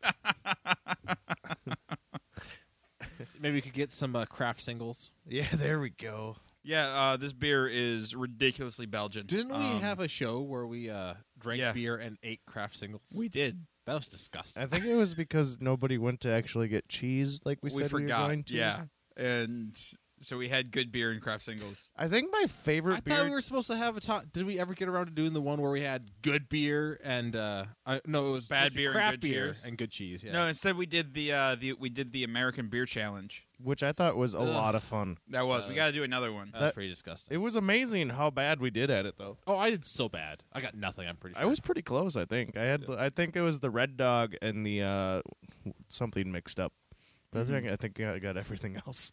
maybe you could get some uh, craft singles. yeah, there we go. Yeah, uh, this beer is ridiculously Belgian. Didn't we Um, have a show where we uh, drank yeah. beer and ate craft singles? We did. that was disgusting. I think it was because nobody went to actually get cheese, like we, We, said we were forgot. going to. yeah, and so we had good beer and craft singles. I think my I favorite beer. thought we were supposed to have a time. Did we ever get around to doing the one where we had good beer and uh, I, no, it was Bad supposed to be beer and crap good beer cheers. and good cheese? Yeah. No, instead we did the uh, the we did the American beer challenge. which I thought was a Ugh. lot of fun. That was. That we was- Uh, got to do another one. That was That- pretty disgusting. It was amazing how bad we did at it, though. oh, I did so bad. I got nothing. I'm pretty sure. I was pretty close, I think. I had, I think it was the Red Dog and the uh, something mixed up. But I think I think I got everything else.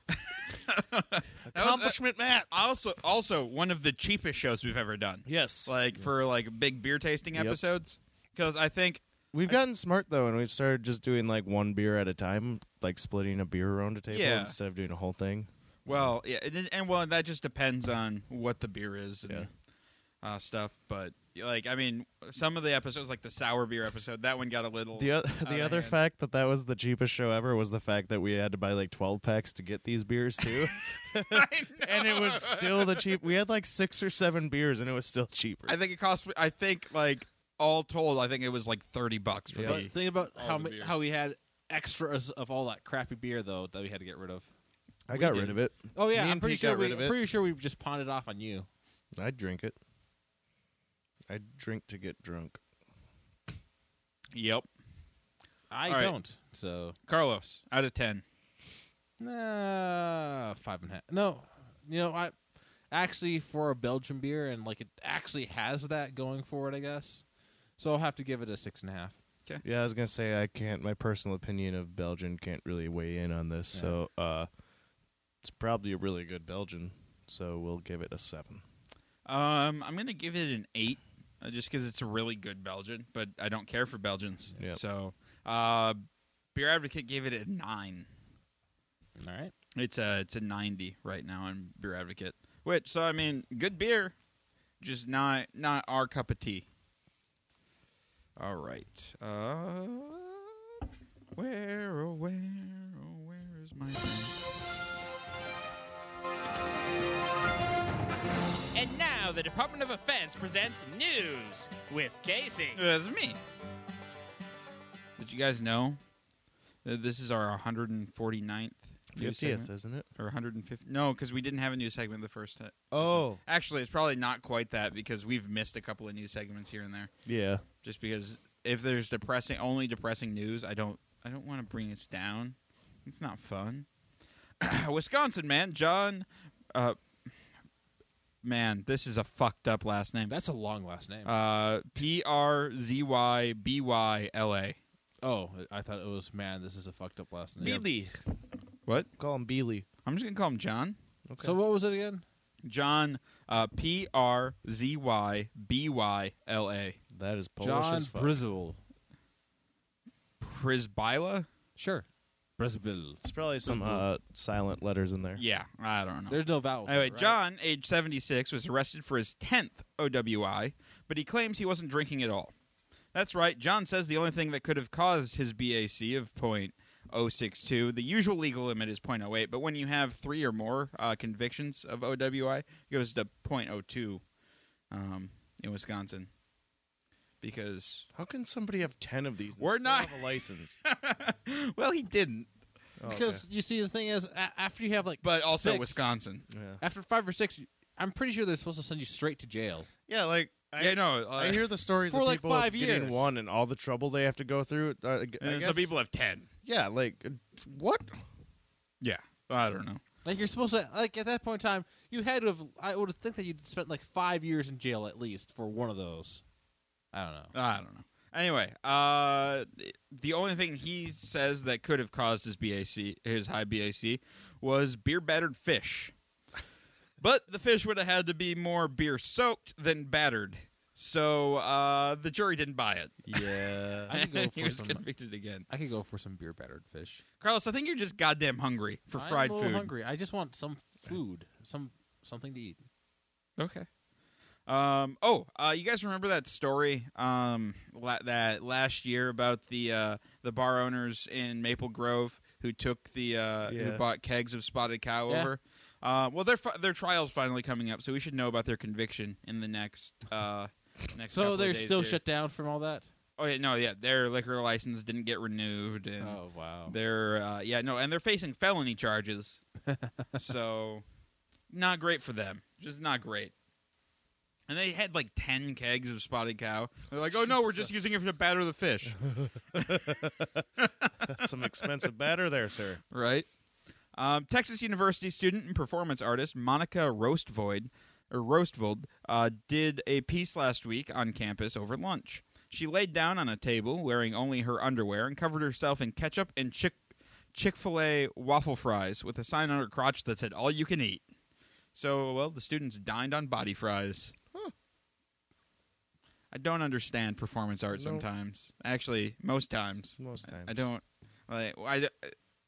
Accomplishment, Matt. uh, also, also one of the cheapest shows we've ever done. Yes, Like for like big beer tasting Yep. episodes, because I think we've gotten smart though, and we've started just doing like one beer at a time, like splitting a beer around a table Yeah. instead of doing a whole thing. Well, yeah, and, then- and well, that just depends on what the beer is and uh, stuff. But like, I mean, some of the episodes, like the sour beer episode, that one got a little. The other, Outta the other hand. fact that that was the cheapest show ever was the fact that we had to buy like twelve packs to get these beers too, I know. and it was still the cheap. We had like six or seven beers, and it was still cheaper. I think it cost. I think like all told, I think it was like thirty bucks for Yeah. But the. think about all how the ma- beer. how we had extras of all that crappy beer though that we had to get rid of. I got We rid of it. Oh yeah, Me I'm and pretty Pete sure got we rid of I'm it. pretty sure we just pawned it off on you. I'd drink it. I'd drink to get drunk. Yep, I All right. don't. So Carlos, out of ten. nah, five and a half. No, you know I actually for a Belgian beer and like it actually has that going for it, I guess. So I'll have to give it a six and a half. Yeah, I was gonna say I can't. My personal opinion of Belgian can't really weigh in on this, Yeah. so uh, it's probably a really good Belgian. So we'll give it a seven. Um, I'm gonna give it an eight, uh, just because it's a really good Belgian, but I don't care for Belgians. Yep. So, uh, Beer Advocate gave it a nine. All right. It's a it's a ninety right now on Beer Advocate. Which so I mean, good beer, just not not our cup of tea. All right. Uh, where oh where oh where is my thing? And now the Department of Defense presents news with Casey. That's me. Did you guys know that this is our 149th news segment? isn't it? or 150? No, because we didn't have a new segment the first time. Oh, Actually, it's probably not quite that because we've missed a couple of new segments here and there. yeah. just because if there's depressing only depressing news i don't i don't want to bring us down it's not fun wisconsin man john uh man, this is a fucked up last name. That's a long last name. Uh, P R Z Y B Y L A. oh, I thought it was man. This is a fucked up last name. Beely. What? Call him Beely. I'm just gonna call him John. Okay. So what was it again? John. Uh, P R Z Y B Y L A. that is Polish John as fuck. Brizzle. Prisbyla. Sure. Brizzle. it's probably some uh, silent letters in there. Yeah, I don't know. There's no vowels. Anyway, for it, right? John, age 76, was arrested for his 10th OWI, but he claims he wasn't drinking at all. That's right, John says the only thing that could have caused his BAC of .062, the usual legal limit is .08, but when you have three or more uh, convictions of OWI, it goes to .02 um, in Wisconsin. Because, How can somebody have ten of these? and We're still not- have a license. well, he didn't, Oh, okay. Because you see, the thing is, a- after you have like, but also six- Wisconsin. yeah. After five or six, you- I'm pretty sure they're supposed to send you straight to jail. yeah, like I, yeah, no. Uh, I hear the stories For of like people five getting years. one and all the trouble they have to go through. Uh, I gu- I and guess, some people have 10. yeah, like uh, what? Yeah, I don't know. Like you're supposed to, like at that point in time, you had to have. I would think that you'd spent like five years in jail at least for one of those. I don't know. I don't know. Anyway, uh, the only thing he says that could have caused his BAC, his high BAC, was beer battered fish. but the fish would have had to be more beer soaked than battered, so uh, the jury didn't buy it. Yeah, I could go And he for was some. convicted again. I could go for some beer battered fish Carlos, I think you're just goddamn hungry for fried I'm a little food. Hungry. I just want some food, some something to eat. Okay. Um. Oh. Uh. You guys remember that story? Um. La- that last year about the uh the bar owners in Maple Grove who took the uh Yeah. who bought kegs of spotted cow Yeah. over. Uh. Well, their fi- their trial's finally coming up, so we should know about their conviction in the next uh next. couple So of they're days still here. shut down from all that. Oh yeah. No. Yeah. Their liquor license didn't get renewed. And Oh wow. They're uh, yeah. No. And they're facing felony charges. so not great for them. Just not great. And they had like ten kegs of spotted cow. They're like, oh no, we're just Jesus. using it to batter the fish, That's some expensive batter there, sir. right? Um, Texas University student and performance artist Monica Roastvoid or Roastvold uh, did a piece last week on campus over lunch. She laid down on a table wearing only her underwear and covered herself in ketchup and chick Chick fil A waffle fries with a sign on her crotch that said "All you can eat." So, well, the students dined on body fries. I don't understand performance art No. sometimes. Actually, most times. Most times. I don't. Like, I,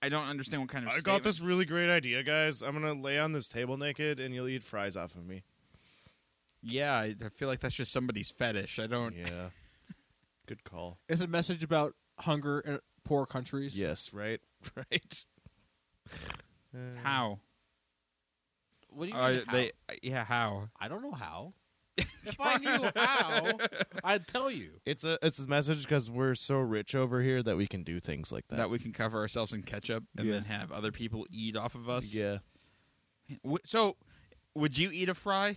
I don't understand what kind of. I got statement- this really great idea, guys. I'm gonna lay on this table naked, and you'll eat fries off of me. Yeah, I, I feel like that's just somebody's fetish. I don't. Yeah. Good call. It's a message about hunger in poor countries. Yes. Right. Right. Uh, How? What do you Are mean, how? Uh, they? Yeah, how? I don't know how. if I knew how, I'd tell you. It's a it's a message because we're so rich over here that we can do things like That, that. we can cover ourselves in ketchup and Yeah. then have other people eat off of us. yeah, W- So, would you eat a fry?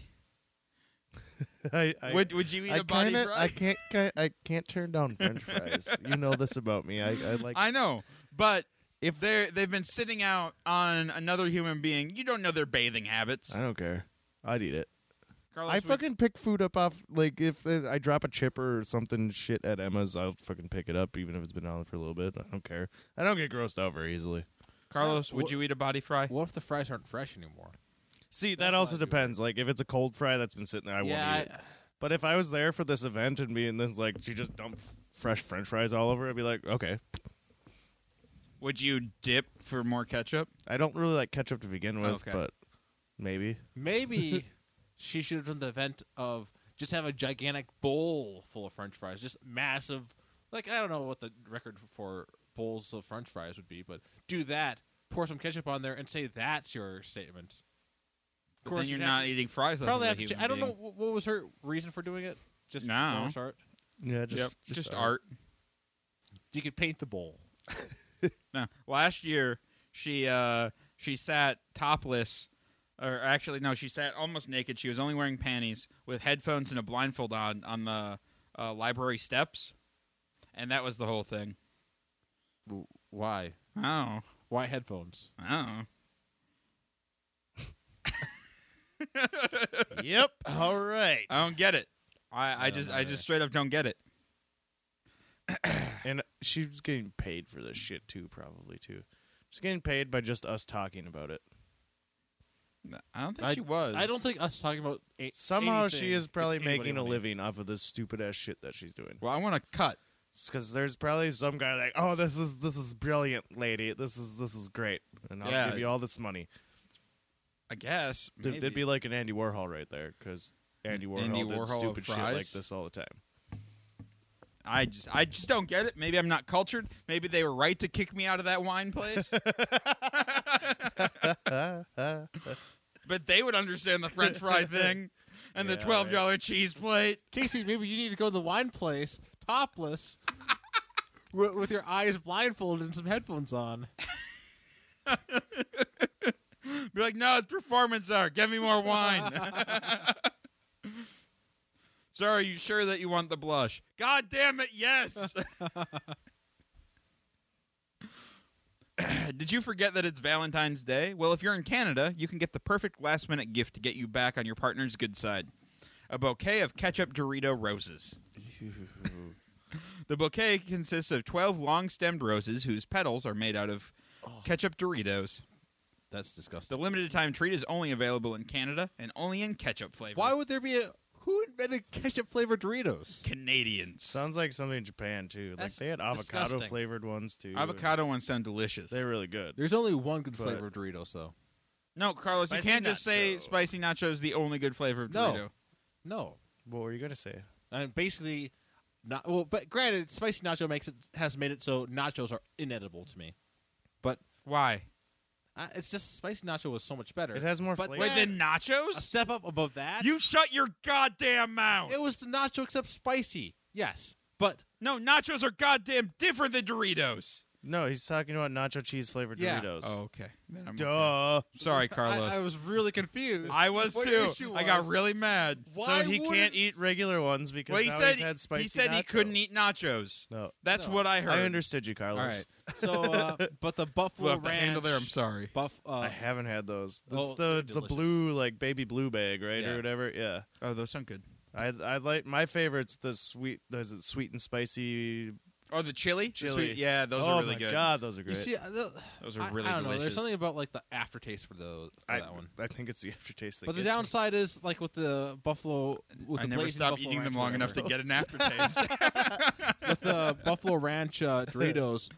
I, I would Would you eat I a body kinda- I fry? can't ki- I can't turn down French fries. you know this about me. I, I like I know, but If- if they are they've been sitting out on another human being, you don't know their bathing habits. I don't care. I'd eat it. Carlos, I would- fucking pick food up off like if uh, I drop a chipper or something shit at Emma's, I'll fucking pick it up even if it's been on for a little bit. I don't care. I don't get grossed out very easily. Carlos, would Wha- you eat a body fry? What if the fries aren't fresh anymore? See, That's that what also I do. depends. Like if it's a cold fry that's been sitting there, I won't eat it. But if I was there for this event and being this like she just dumped f- fresh French fries all over, I'd be like, okay. Would you dip for more ketchup? I don't really like ketchup to begin with, Okay. but maybe. Maybe she should have done the event of just have a gigantic bowl full of French fries, just massive. Like I don't know what the record for bowls of French fries would be, but do that. Pour some ketchup on there and say that's your statement. But Of then you're you'd have not to- eating fries. like Probably a have to. Ch- human I don't know being. wh- what was her reason for doing it. Just No. performance art. Yeah, just Yep, just, art. You could paint the bowl. No. Last year, she uh, she sat topless, or actually, no, she sat almost naked. She was only wearing panties with headphones and a blindfold on on the uh, library steps, and that was the whole thing. W- Why? Oh, Why headphones? oh. yep. All right. I don't get it. I, I just I just straight up don't get it. And she's getting paid for this shit too, probably too. She's getting paid by just us talking about it. I don't think I- she was. I don't think us talking about a- Somehow anything she is probably gets anybody making a money. living off of this stupid ass shit that she's doing. Well, I want to cut. Because there's probably some guy like, oh, this is this is brilliant, lady. This is this is great, and I'll Yeah. give you all this money. I guess Th- maybe. That'd be like an Andy Warhol right there, because Andy Warhol Andy did Warhol stupid of shit like fries? this all the time. I just I just don't get it. Maybe I'm not cultured. Maybe they were right to kick me out of that wine place. but they would understand the French fry thing and the Yeah, twelve dollar cheese plate. Casey, maybe you need to go to the wine place topless wi- with your eyes blindfolded and some headphones on. Be like, no, it's performance art. Give me more wine. Sir, are you sure that you want the blush? God damn it, yes. Did you forget that it's Valentine's Day? Well, if you're in Canada, you can get the perfect last minute gift to get you back on your partner's good side a bouquet of ketchup Dorito roses. the bouquet consists of 12 long stemmed roses whose petals are made out of ketchup Doritos. That's disgusting. The limited time treat is only available in Canada and only in ketchup flavor. Why would there be a who invented ketchup flavored Doritos? Canadians? Sounds like something in Japan too. Like That's they had avocado disgusting. flavored ones too. Avocado ones sound delicious. They're really good. There's only one good But- flavor of Doritos, though. no, Carlos, you Spicy can't just say nacho. spicy nacho is the only good flavor of No. Dorito. No, What were you gonna say? and basically, not well. But granted, spicy nacho makes it has made it so nachos are inedible to me. But Why? I, it's just spicy nacho was so much better. It has more But flavor. Wait, then- then a nachos? step up above that. You shut your goddamn mouth. it was the nacho except spicy. Yes, but no, nachos are goddamn different than Doritos. No, he's talking about nacho cheese flavored Yeah. Doritos. Oh, okay. Then I'm okay. Duh. Sorry, I, Carlos. I was really confused. I was What your too. issue I got was- really mad. Why so he would- can't eat regular ones because Well, he now said he's had spicy. he said he nacho. couldn't eat nachos. No, That's No. what I heard. I understood you, Carlos. All right. So, uh, but the Buffalo We'll have to Ranch. handle there. I'm sorry. Buff, uh, I haven't had those. That's Oh, the they're the delicious. blue like baby blue bag, right, Yeah. or whatever. Yeah, Oh, those sound good. I I like my favorite's the sweet. Is it sweet and spicy? Oh, the chili? The Chili. sweet- yeah, those oh are really my good. god, those are you great. see, uh, the, Those I, are really I don't delicious. know. There's something about like the aftertaste for the for I, that one. I think it's the aftertaste. That But the gets me. downside is like with the buffalo. With I the never blazing stopped Buffalo eating them Ranch or long enough to whatever. get an aftertaste. with the buffalo ranch uh, Doritos,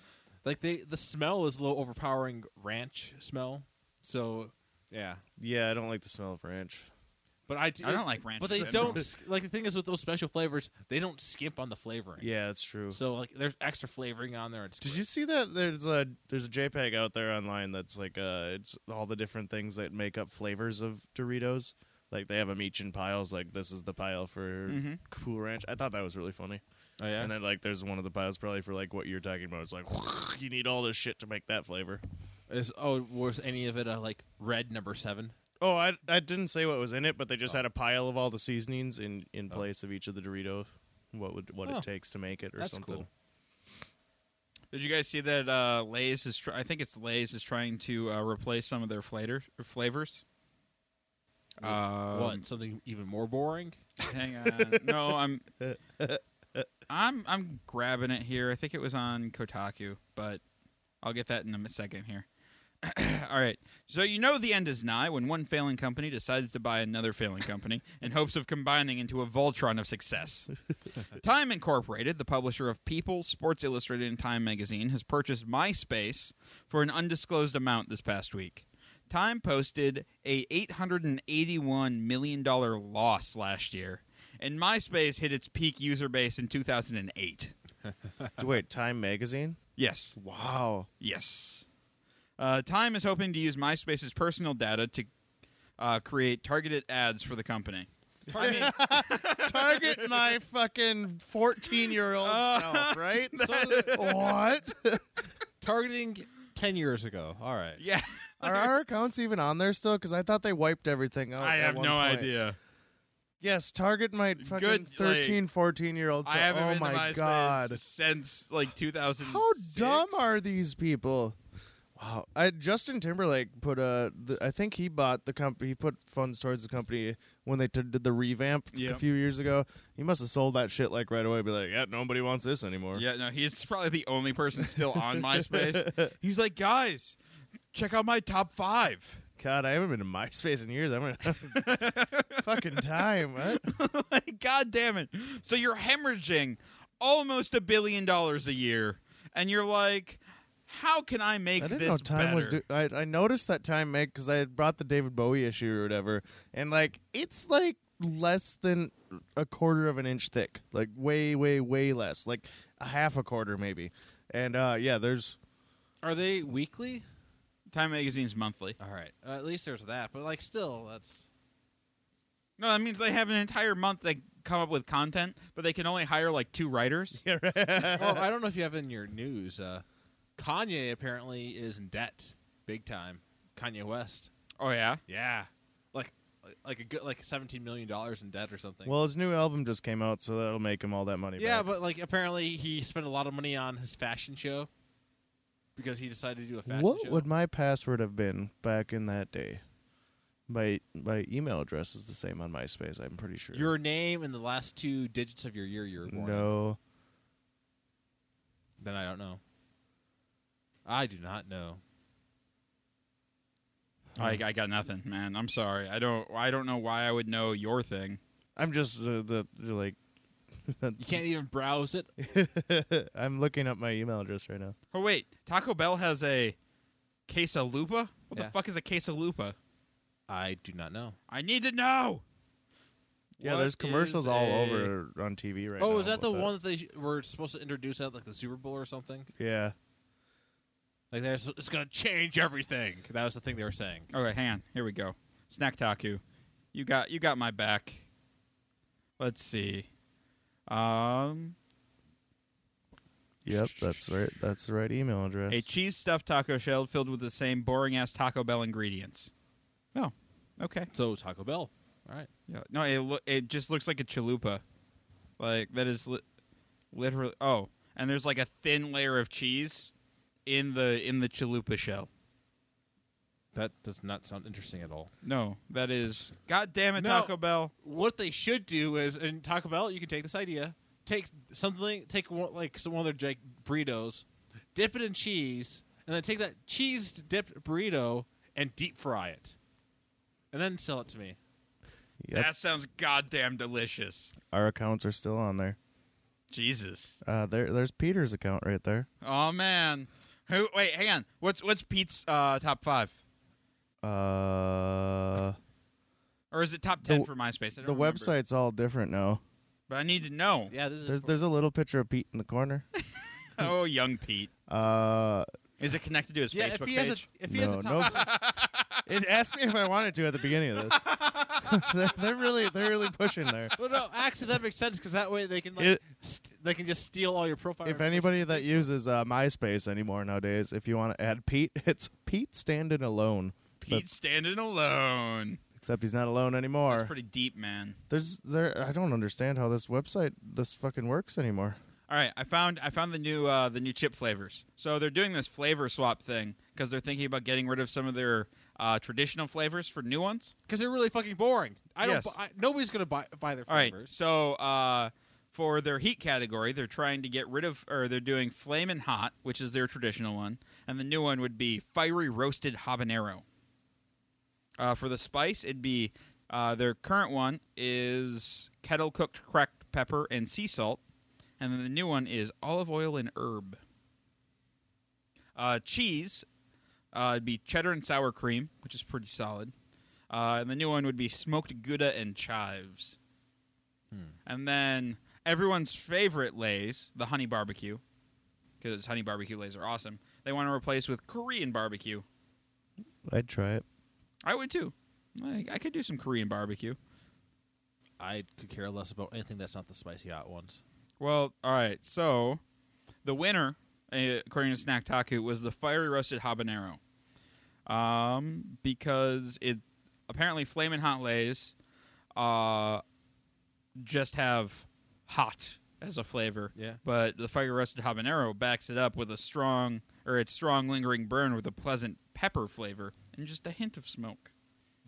like they the smell is a little overpowering ranch smell. So yeah, Yeah, I don't like the smell of ranch. but I, do- I don't like ranch. But they in don't general. sk- like the thing is with those special flavors, they don't skimp on the flavoring. Yeah, it's true. So like there's extra flavoring on there. It's Did great. you see that there's a there's a JPEG out there online that's like uh it's all the different things that make up flavors of Doritos. Like they have them each in piles. Like this is the pile for Mhm. Cool Ranch. I thought that was really funny. Oh Mm-hmm. yeah. And then like there's one of the piles probably for like what you're talking about. It's like you need all this shit to make that flavor. Is oh was any of it uh, like red number seven? Oh, I, I didn't say what was in it, but they Oh. just had a pile of all the seasonings in in place of each of the Dorito. What would what Oh. it takes to make it or That's something. cool. Did you guys see that uh, Lay's is? Tr- I think it's Lay's is trying to uh, replace some of their flater- flavors. Um, what something even more boring? Hang on. No, I'm. I'm I'm grabbing it here. I think it was on Kotaku, but I'll get that in a second here. All right. So you know the end is nigh when one failing company decides to buy another failing company in hopes of combining into a Voltron of success. Time Incorporated, the publisher of People, Sports Illustrated, and Time magazine, has purchased MySpace for an undisclosed amount this past week. Time posted a $881 million loss last year, and MySpace hit its peak user base in 2008. Wait, Time Magazine. Yes. Wow. Yes. Uh, Time is hoping to use MySpace's personal data to uh, create targeted ads for the company. I mean, Target my fucking fourteen year old Uh, self, right? what? Targeting ten years ago. All right. yeah. Are our accounts even on there still? Because I thought they wiped everything out. I at have one no point. idea. Yes, target my fucking Good, like, 13, 14 year old I self. haven't oh been my to MySpace god. since like 2000. How dumb are these people? Oh, I, Justin Timberlake put a. The, I think he bought the company. He put funds towards the company when they t- did the revamp Yeah. a few years ago. He must have sold that shit like right away. Be like, yeah, nobody wants this anymore. Yeah, no, he's probably the only person still on MySpace. He's like, guys, check out my top five. God, I haven't been to MySpace in years. I'm gonna fucking time. What? Like, God damn it. So you're hemorrhaging almost a billion dollars a year, and you're like, how can I make I didn't this know time better? was. Do- I I noticed that time make because I had brought the David Bowie issue or whatever, and like it's like less than a quarter of an inch thick, like way, way, way less, like a half a quarter maybe. And uh yeah, there's Are they weekly? time magazine's monthly. All right. Uh, at least there's that. But like, still, that's No, that means they have an entire month they come up with content, but they can only hire like two writers. well, I don't know if you have in your news. Uh, Kanye apparently is in debt, big time. Kanye West. Oh yeah. Yeah, like like a good like seventeen million dollars in debt or something. Well, his new album just came out, so that'll make him all that money. yeah, back. but like apparently he spent a lot of money on his fashion show because he decided to do a fashion what show. would my password have been back in that day? My my email address is the same on MySpace. I'm pretty sure. your name and the last two digits of your year you were born? in. no. Then I don't know. I do not know. I, I got nothing, man. I'm sorry. I don't. I don't know why I would know your thing. I'm just uh, the like. You can't even browse it. I'm looking up my email address right now. Oh wait, Taco Bell has a quesalupa. What the Yeah. fuck is a quesalupa? I do not know. I need to know. Yeah, What there's commercials all is a- over on TV right now. Oh, is that the about one that they sh- were supposed to introduce at like the Super Bowl or something? Yeah. Like there's it's gonna change everything. That was the thing they were saying. Okay, hang on. Here we go. Snack Taku, you got you got my back. Let's see. Um, Yep, that's right. That's the right email address. a cheese stuffed taco shell filled with the same boring ass Taco Bell ingredients. Oh, okay. So Taco Bell. All right. Yeah. No, it lo- it just looks like a chalupa. Like that is li- literally oh, and there's like a thin layer of cheese in the in the chalupa shell. That does not sound interesting at all. No, that is God damn it No. Taco Bell. What they should do is, and Taco Bell, you can take this idea, take something, take one, like some one of their like, burritos, dip it in cheese, and then take that cheese dipped burrito and deep fry it, and then sell it to me. Yep. That sounds goddamn delicious. Our accounts are still on there. Jesus. Uh, there, there's Peter's account right there. Oh man. Who wait, hang on. What's what's Pete's uh, top 5? Uh, Or is it top 10 The- for MySpace? I don't the remember. website's all different now. But I need to know. Yeah, this is There's there's a little picture of Pete in the corner. Oh, young Pete. Uh, Is it connected to his yeah. Facebook if he page? has a, if he no, has a no. top, it asked me if I wanted to at the beginning of this. they're, they're really they're really pushing there. well, no, actually that makes sense because that way they can like It- st- they can just steal all your profile. If information. anybody that uses uh, MySpace anymore nowadays, if you want to add Pete, it's Pete standing alone. Pete standing alone. Except he's not alone anymore. That's pretty deep, man. There's there. I don't understand how this website this fucking works anymore. All right, I found I found the new uh, the new chip flavors. So they're doing this flavor swap thing because they're thinking about getting rid of some of their uh, traditional flavors for new ones. because they're really fucking boring. I don't. Yes. bu- I, nobody's gonna buy buy their All right, flavors. so uh, for their heat category, they're trying to get rid of or they're doing flamin' hot, which is their traditional one, and the new one would be fiery roasted habanero. Uh, for the spice, it'd be uh, their current one is kettle cooked cracked pepper and sea salt, and then the new one is olive oil and herb. Uh, cheese, uh, it'd be cheddar and sour cream, which is pretty solid. Uh, and the new one would be smoked gouda and chives. And then everyone's favorite lays, the honey barbecue, because honey barbecue lays are awesome. They want to replace with Korean barbecue. I'd try it. I would too. Like, I could do some Korean barbecue. I could care less about anything that's not the spicy hot ones. Well, all right. So, the winner, uh, according to Snack Taku, was the fiery roasted habanero, um, because it apparently flaming hot lays, uh, just have hot as a flavor. Yeah. But the fire roasted habanero backs it up with a strong or its strong lingering burn with a pleasant pepper flavor and just a hint of smoke.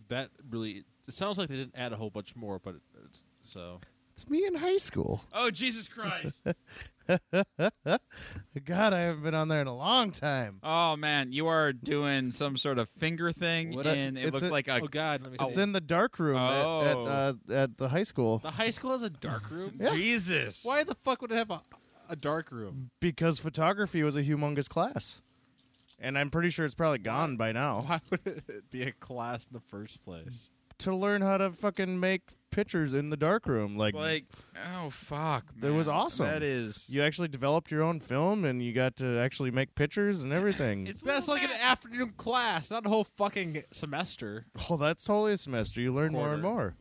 That really. It sounds like they didn't add a whole bunch more, but it's, so It's me in high school. Oh Jesus Christ. God, I haven't been on there in a long time. oh man, you are doing some sort of finger thing What is- and it it's looks a- like a oh god, let me It's see. in the dark room at- Oh. at, uh, at the high school the high school has a dark room. Yeah. Jesus. Why the fuck would it have a, a dark room? because photography was a humongous class, and I'm pretty sure it's probably gone by now. Why would it be a class in the first place? To learn how to fucking make pictures in the dark room, like, Like oh fuck. That was man. awesome. That is you actually developed your own film and you got to actually make pictures and everything. It's That's little like an bit- afternoon class, not a whole fucking semester. oh, that's totally a semester. You learn more and Quarter. more.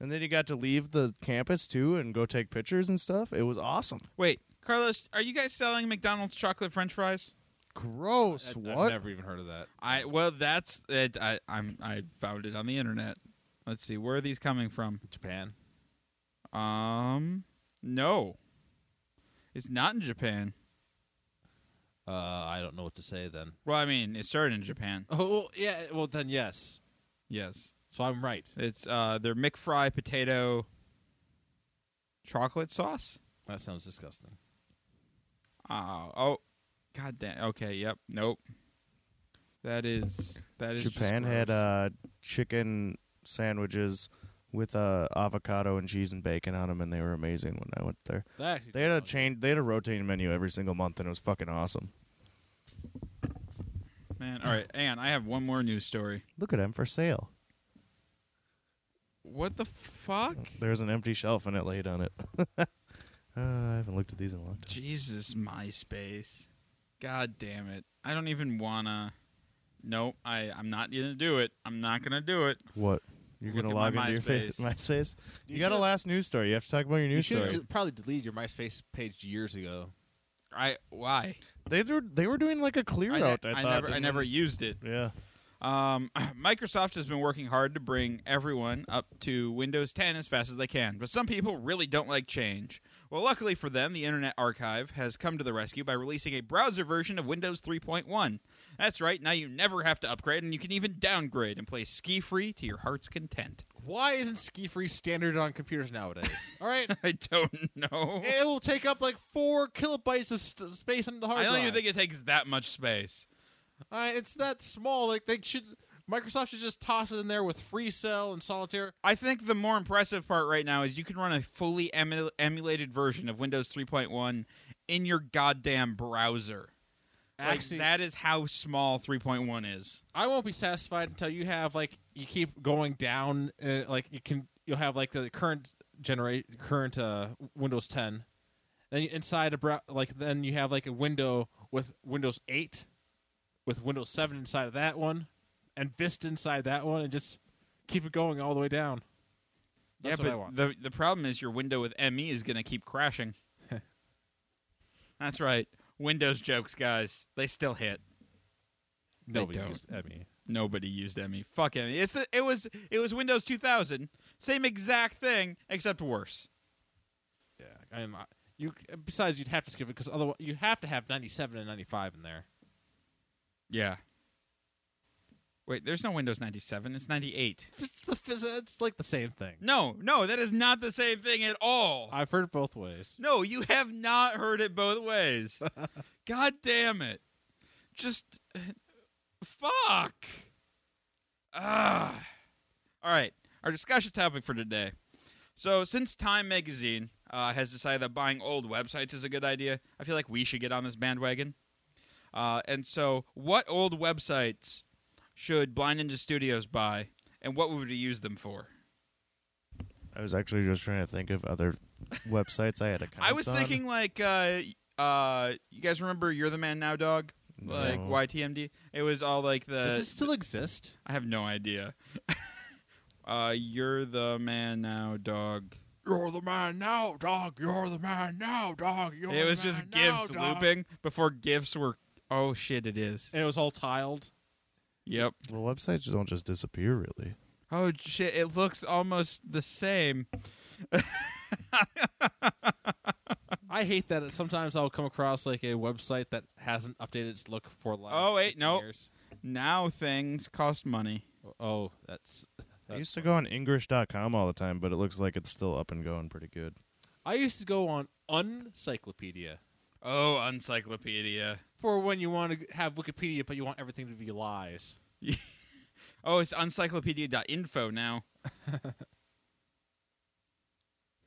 And then you got to leave the campus too and go take pictures and stuff. It was awesome. Wait, Carlos, are you guys selling McDonald's chocolate french fries? Gross. I- what? I've never even heard of that. I well, that's it, I I'm I found it on the internet. Let's see, where are these coming from? Japan. Um, no, it's not in Japan. Uh, I don't know what to say then. Well, I mean, it started in Japan. Oh well, yeah. Well then, yes. Yes, So I'm right. it's uh, their McFry potato chocolate sauce. That sounds disgusting. Oh, oh, god damn. Okay, yep, nope. That is that is just Japan had gross. uh, chicken sandwiches with uh, avocado and cheese and bacon on them, and they were amazing when I went there. That actually They had does a sound change, they had a rotating menu every single month, and it was fucking awesome. man. All right, and I have one more news story. Look at them for sale. What the fuck? There was an empty shelf, and it laid on it. uh, I haven't looked at these in a long time. Jesus, MySpace. God damn it. I don't even wanna. Nope, I, I'm not gonna do it. I'm not gonna do it. What? You're Look gonna at log my into your face, MySpace. You, got a should've- last news story. You have to talk about your good. You news should story. have probably deleted your MySpace page years ago. I why? They were they were doing like a clear I, ne- out. I, I thought. never I and never then- used it. Yeah. Um, Microsoft has been working hard to bring everyone up to Windows 10 as fast as they can, but some people really don't like change. Well, luckily for them, the Internet Archive has come to the rescue by releasing a browser version of Windows 3.1. That's right, now you never have to upgrade, and you can even downgrade and play ski free to your heart's content. Why isn't ski free standard on computers nowadays? All right, I don't know. it will take up like four kilobytes of st- space on the hard I don't drive. even think it takes that much space. All right, it's that small. Like they should. Microsoft should just toss it in there with free cell and solitaire. I think the more impressive part right now is you can run a fully emu- emulated version of Windows 3.1 in your goddamn browser. Like, Actually, that is how small 3.1 is. I won't be satisfied until you have like you keep going down. Uh, like you can, you'll have like the current generate current uh, Windows 10. Then you- inside a brow- like then you have like a window with Windows 8, with Windows 7 inside of that one, and Vista inside that one, and just keep it going all the way down. That's yeah, what but I want. the the problem is your window with ME is going to keep crashing. That's right. Windows jokes, guys. They still hit. Nobody don't. used ME. Nobody used ME. Fuck ME. It's the- it was it was Windows 2000. Same exact thing except worse. Yeah, I mean, I- you. Besides, you'd have to skip it because otherwise you have to have 97 and 95 in there. Yeah. Wait, there's no Windows 97. It's 98. It's, the, phys- it's like the same thing. No, no, that is not the same thing at all. I've heard it both ways. No, you have not heard it both ways. God damn it. Just fuck. Ah. All right, our discussion topic for today. So, since Time Magazine uh, has decided that buying old websites is a good idea, I feel like we should get on this bandwagon. Uh, and so, what old websites should Blind Ninja Studios buy, and what would we use them for? I was actually just trying to think of other websites I had accounts I was on. thinking like uh uh you guys remember You're the Man Now Dog? Like No. YTMD? It was all like the Does this still exist? I have no idea. uh You're the Man Now Dog. You're the man now, dog. You're the man now, dog. You're it was just GIFs looping before GIFs were Oh shit it is. And it was all tiled. Yep. Well, websites don't just disappear, really. Oh shit, it looks almost the same. I hate that it- sometimes I'll come across like a website that hasn't updated its look for the last. Oh, wait, 15 no. Years. Now things cost money. Oh, that's. I that's used to go on English.com all the time, but it looks like it's still up and going pretty good. I used to go on Uncyclopedia Oh, encyclopedia. for when you want to have Wikipedia, but you want everything to be lies. Oh, it's encyclopedia.info now.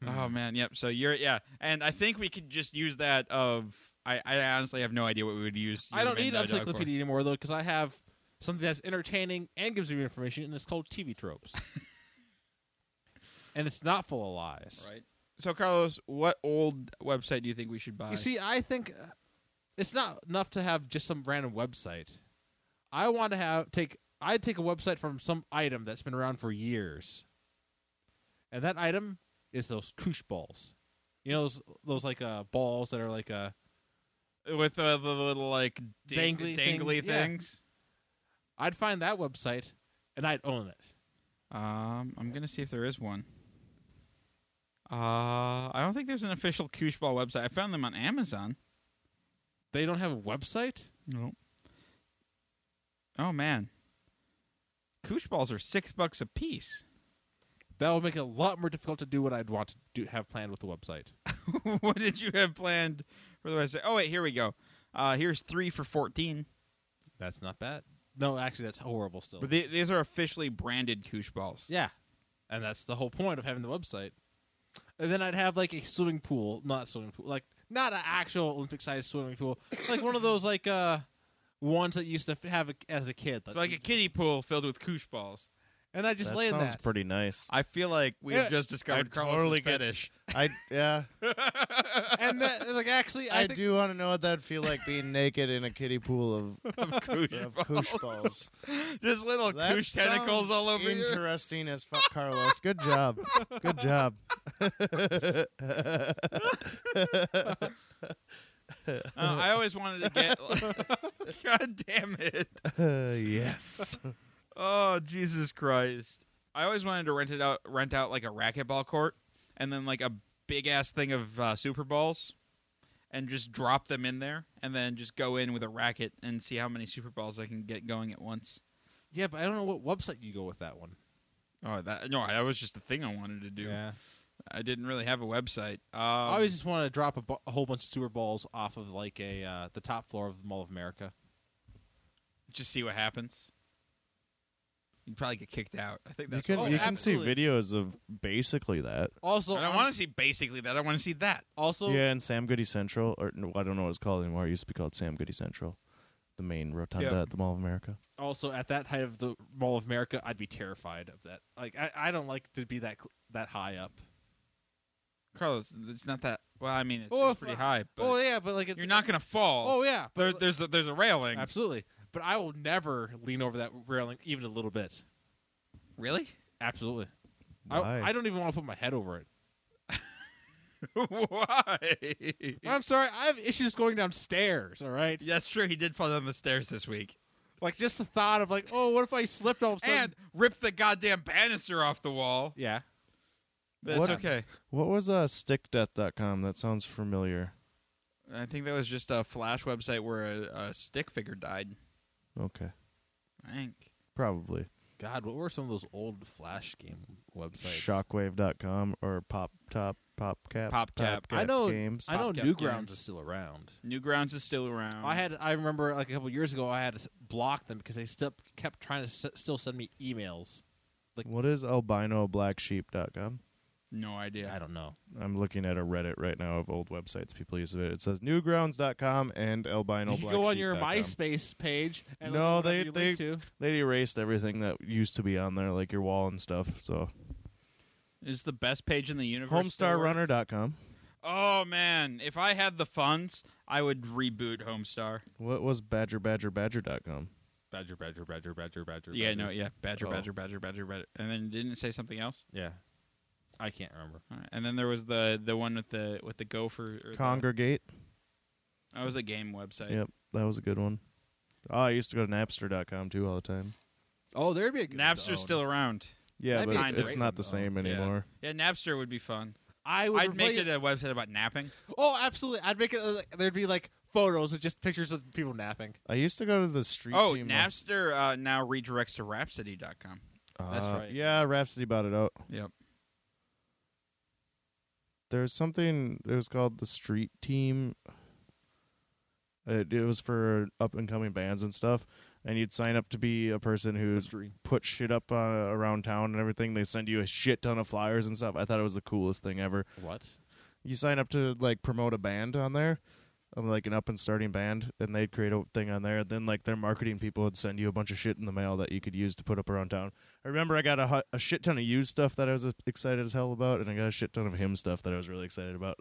Hmm. oh man, yep. So you're yeah, and I think we could just use that of. I, I honestly have no idea what we would use. I don't your need Venn diagram for. Uncyclopedia anymore though, because I have something that's entertaining and gives you information, and it's called TV tropes. and it's not full of lies. Right. So Carlos, what old website do you think we should buy? You see, I think uh, it's not enough to have just some random website. I want to have take I'd take a website from some item that's been around for years. And that item is those koosh balls. You know those those like uh balls that are like uh with uh, the little like dang- Dangly dangly things, yeah. things. I'd find that website and I'd own it. Um, I'm gonna see if there is one. Uh, I don't think there's an official Kooshball website. I found them on Amazon. They don't have a website? No. Oh man, Koosh balls are six bucks a piece. That would make it a lot more difficult to do what I'd want to do, have planned with the website. what did you have planned for the website? Oh wait, here we go. Uh, here's three for fourteen. That's not bad. No, actually that's horrible still. But the- these are officially branded Koosh balls. Yeah. And that's the whole point of having the website. And then I'd have like a swimming pool, not swimming pool, like not an actual Olympic sized swimming pool, like one of those like uh ones that you used to f- have a, as a kid. It's like a kiddie pool filled with Koosh balls. and I just that lay in sounds that. pretty nice. I feel like we Yeah. have just discovered I Carlos's totally get- fetish. I yeah. and that, and, like actually, I, I, think do want to know what that'd feel like being naked in a kiddie pool of, of Koosh of balls. koosh balls. Just Oh, little That Koosh tentacles sounds all over you. Interesting as fuck, Carlos. Good job. Good job. Uh, I always wanted to get. God damn it! Uh, yes. Oh Jesus Christ! I always wanted to rent it out, rent out like a racquetball court, and then like a big ass thing of uh, super balls, and just drop them in there, and then just go in with a racket and see how many super balls I can get going at once. yeah, but I don't know what website you go with that one. Oh, that no, that was just a thing I wanted to do. I didn't really have a website. Um, I always just want to drop a, bu- a whole bunch of sewer balls off of like a uh, the top floor of the Mall of America. just see what happens. You'd probably get kicked out. I think You that's. can oh, what you can see absolutely. videos of basically that. Also, I don't want to see basically that. I want to see that. Also, yeah, and Sam Goody Central, or no, I don't know what it's called anymore. It used to be called Sam Goody Central, the main rotunda Yeah. at the Mall of America. also at that height of the Mall of America, I'd be terrified of that. Like I, I don't like to be that cl- that high up. Carlos, it's not that. Well, I mean, it's, Oh, it's if pretty I- high, but Oh yeah, but like it's you're not gonna fall. Oh yeah, There, but there's a, there's a railing. absolutely. But I will never lean over that railing even a little bit. Really? Absolutely. Why? I, I don't even want to put my head over it. Why? I'm sorry, I have issues going downstairs. All right, That's true. He did fall down the stairs this week like just the thought of like, oh, what if I slipped all of a sudden? and ripped the goddamn banister off the wall. yeah, That's What- okay. What was uh, stickdeath.com? That sounds familiar. I think that was just a flash website where a, a stick figure died. Okay. I think. Probably. God, what were some of those old flash game websites? Shockwave.com or Pop Top, Pop Cap. PopCap. I know. Games. I know Popcap Newgrounds games. is still around. Newgrounds is still around. Mm. I had. I remember like a couple years ago, I had to s- block them because they still kept trying to s- still send me emails. What is albinoblacksheep.com? no idea. I don't know. I'm looking at a Reddit right now of old websites people use of it. It says newgrounds.com and albino you go on your MySpace page. And look No, at whatever they- you they- link to. They erased everything that used to be on there, like your wall and stuff. So Is the best page in the universe. still work? homestarrunner.com. Oh man, if I had the funds, I would reboot Homestar. What was badgerbadgerbadger.com? Badger, badger, badger, badger, badger. Yeah, no, yeah, Badger, Oh. Badger, Badger, Badger, Badger, and then didn't it say something else. yeah. I can't remember. All right. And then there was the the one with the with the gopher. Or the- Congregate. that was a game website. Yep, that was a good one. Oh, I used to go to napster.com too all the time. Oh, there'd be a good Napster's still around. Yeah, That'd be but a great it's not one, though. the same Yeah. anymore. Yeah, Napster would be fun. I would I'd make replace- it a website about napping. Oh, absolutely. I'd make it. uh, like, there'd be like photos of just pictures of people napping. I used to go to the street Oh, team. Napster uh, now redirects to Rhapsody.com. uh, That's right. Yeah, Rhapsody bought it out. Yep. There's something. It was called the Street Team. It, it was for up and coming bands and stuff. And you'd sign up to be a person who put shit up uh, around town and everything. They send you a shit ton of flyers and stuff. I thought it was the coolest thing ever. What? You sign up to like promote a band on there, um, like an up and starting band, and they'd create a thing on there. Then like their marketing people would send you a bunch of shit in the mail that you could use to put up around town. I remember I got a, hu- a shit ton of used stuff that I was uh, excited as hell about, and I got a shit ton of him stuff that I was really excited about.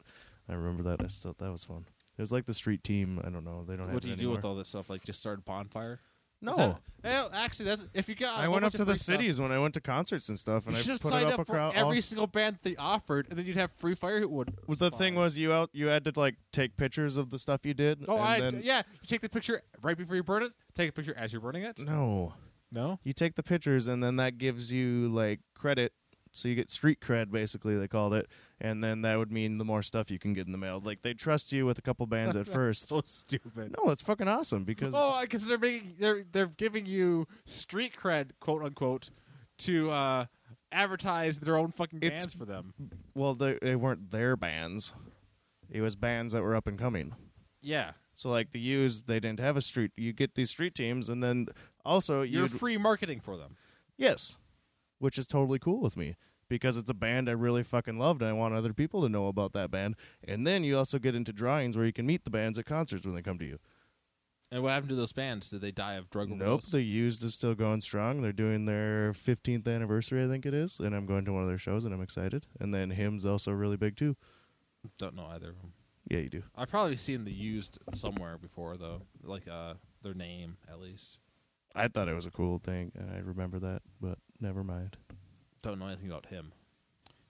I remember that. I still that was fun. It was like the street team. I don't know. They don't have What do it you do with anymore. all this stuff? Like just start a bonfire? No, Is that- eh, actually, that's if you got. a I whole went up bunch to of the free stuff- cities when I went to concerts and stuff, and You I should have put signed it up a for crowd. every single band they offered, and then you'd have free firewood. Well, the thing was, supplies. you out you had to like take pictures of the stuff you did. Oh, and I then- yeah. You take the picture right before you burn it. Take a picture as you're burning it. No, No. you take the pictures, and then that gives you like credit, so you get street cred, basically they called it, and then that would mean the more stuff you can get in the mail. Like they trust you with a couple bands at first. so stupid. No, it's fucking awesome because Oh, because they're making they're they're giving you street cred, quote unquote, to uh, advertise their own fucking It's- bands for them. well, they, they weren't their bands; it was bands that were up and coming. Yeah, So like the U's, they didn't have a street. You get these street teams, and then also you're you'd- free marketing for them. Yes, which is totally cool with me because it's a band I really fucking loved and I want other people to know about that band. And then you also get into drawings where you can meet the bands at concerts when they come to you. And what happened to those bands? Did they die of drug Nope, the used is still going strong. They're doing their 15th anniversary, I think it is, and I'm going to one of their shows and I'm excited. And then him's also really big too. Don't know either of them. Yeah, you do. I've probably seen the used somewhere before though, like uh, their name at least. I thought it was a cool thing. and I remember that, but never mind. Don't know anything about him.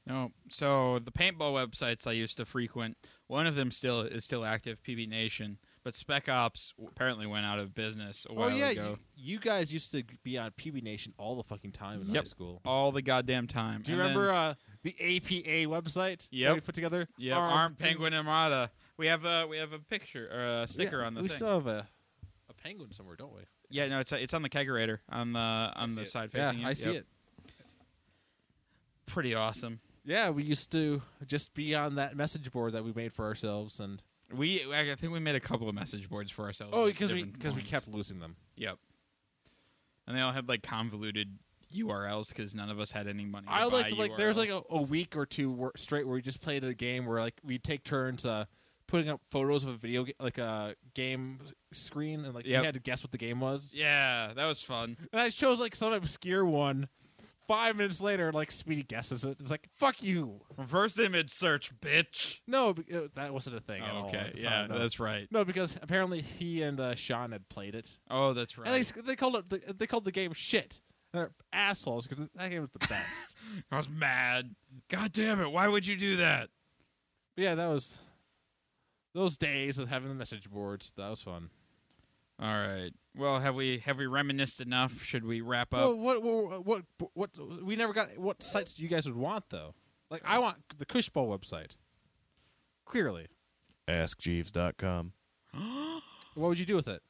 No. Oh, So the paintball websites I used to frequent, one of them still is still active, PB Nation, but Spec Ops apparently went out of business a while oh yeah, ago. you, you guys used to be on PB Nation all the fucking time in high Yep. school. All the goddamn time. Do you And remember Then, uh, the APA website? Yeah, Yep. we put together. yeah, Armed Armed, Penguin Armada. We have a we have a picture or a sticker Yeah, on the we thing. still have a, a penguin somewhere, don't we? yeah, no, it's it's on the kegerator on the on the side facing. you. I see Yep. it. Pretty awesome. Yeah, we used to just be on that message board that we made for ourselves, and We I think we made a couple of message boards for ourselves. oh, at because we different because we points. kept losing them. Yep. And they all had like convoluted URLs because none of us had any money. To I buy like like there's URLs. like a, a week or two wor- straight where we just played a game where like we take turns uh, putting up photos of a video ga- like a game screen, and like Yep. we had to guess what the game was. Yeah, that was fun. And I chose like some obscure one. Five minutes later, like Speedy guesses it. It's like fuck you. Reverse image search, bitch. No, be- uh, that wasn't a thing. at all okay, at the yeah, time, no. that's right. No, because apparently he and uh, Sean had played it, Oh, that's right. and they s- they called it the, they called the game shit. They're assholes because that game was the best. I was mad. God damn it! Why would you do that? but yeah, that was those days of having the message boards. That was fun. All right. Well, have we have we reminisced enough? Should we wrap up? Well, what, what what what we never got what sites you guys would want though. Like I want the Cushball website. Clearly, AskJeeves.com. what would you do with it?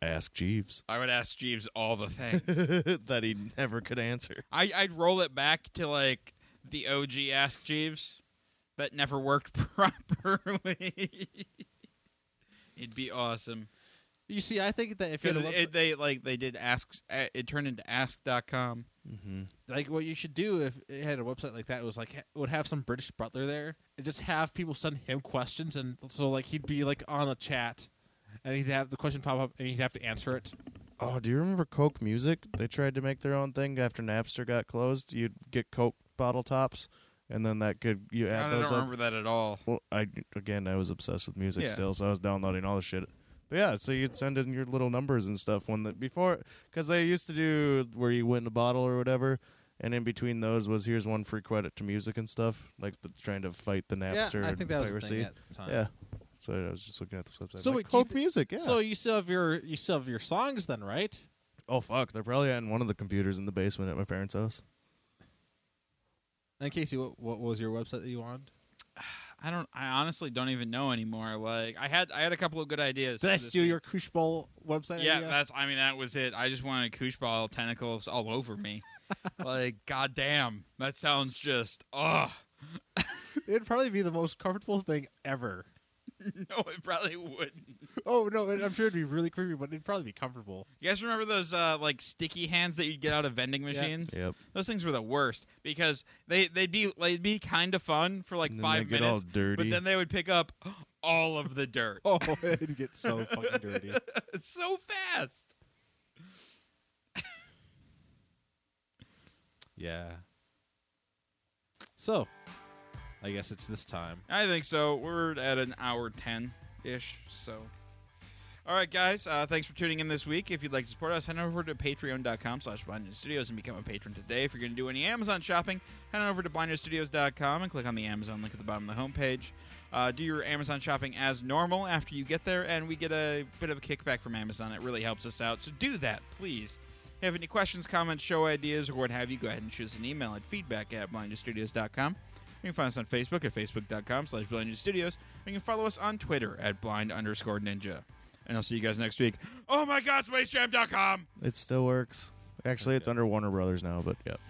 Ask Jeeves. I would ask Jeeves all the things. that he never could answer. I, I'd roll it back to like the OG Ask Jeeves that never worked properly. It'd be awesome You see, I think that if you're because the it, they like they did ask. uh, It turned into Ask.com. like what you should do if it had a website like that was like ha- would have some British butler there and just have people send him questions and so like he'd be like on a chat and he'd have the question pop up and he'd have to answer it. Oh, do you remember Coke Music? They tried to make their own thing after Napster got closed. You'd get Coke bottle tops, and then that could you add God, I those don't up. remember that at all. Well, I again, I was obsessed with music Yeah. still, so I was downloading all this shit. But yeah, so you'd send in your little numbers and stuff when the before because they used to do where you win a bottle or whatever, and in between those was here's one free credit to music and stuff, like the, trying to fight the Napster. yeah, I think that was the piracy. thing at the time. yeah. So I was just looking at the website. So So wait, like, do you Coke thi- Music, yeah. So you still have your you still have your songs then, right? Oh fuck, they're probably on one of the computers in the basement at my parents' house. And Casey, what, what was your website that you wanted? I don't. I honestly don't even know anymore. Like I had, I had a couple of good ideas. Did for I this steal week. your Kushball website? Yeah, idea? that's. I mean, that was it. I just wanted koosh ball tentacles all over me. like, goddamn, that sounds just. Ugh. it'd probably be the most comfortable thing ever. No, it probably wouldn't. Oh no, it- I'm sure it'd be really creepy, but it'd probably be comfortable. You guys remember those uh, like sticky hands that you'd get out of vending machines? Yep. Those things were the worst because they they'd be like, it'd be kind of fun for like And then five they get all minutes, but dirty. then they would pick up all of the dirt Oh, it'd get so fucking dirty. so fast. Yeah. So, I guess it's this time. I think so. We're at an hour 10 ish. So. All right, guys. Uh, thanks for tuning in this week. If you'd like to support us, head over to patreon.com slash Blind Ninja Studios and become a patron today. If you're going to do any Amazon shopping, head on over to blindninjastudios.com and click on the Amazon link at the bottom of the homepage. Uh, do your Amazon shopping as normal after you get there, and we get a bit of a kickback from Amazon. It really helps us out. So do that, please. If you have any questions, comments, show ideas, or what have you, go ahead and shoot us an email at feedback at blindstudios.com. You can find us on Facebook at facebook.com slash blind ninja studios. And you can follow us on Twitter at blind underscore ninja. And I'll see you guys next week. Oh my god, spacejam.com! It still works. Actually, it's under Warner Brothers now, but yep.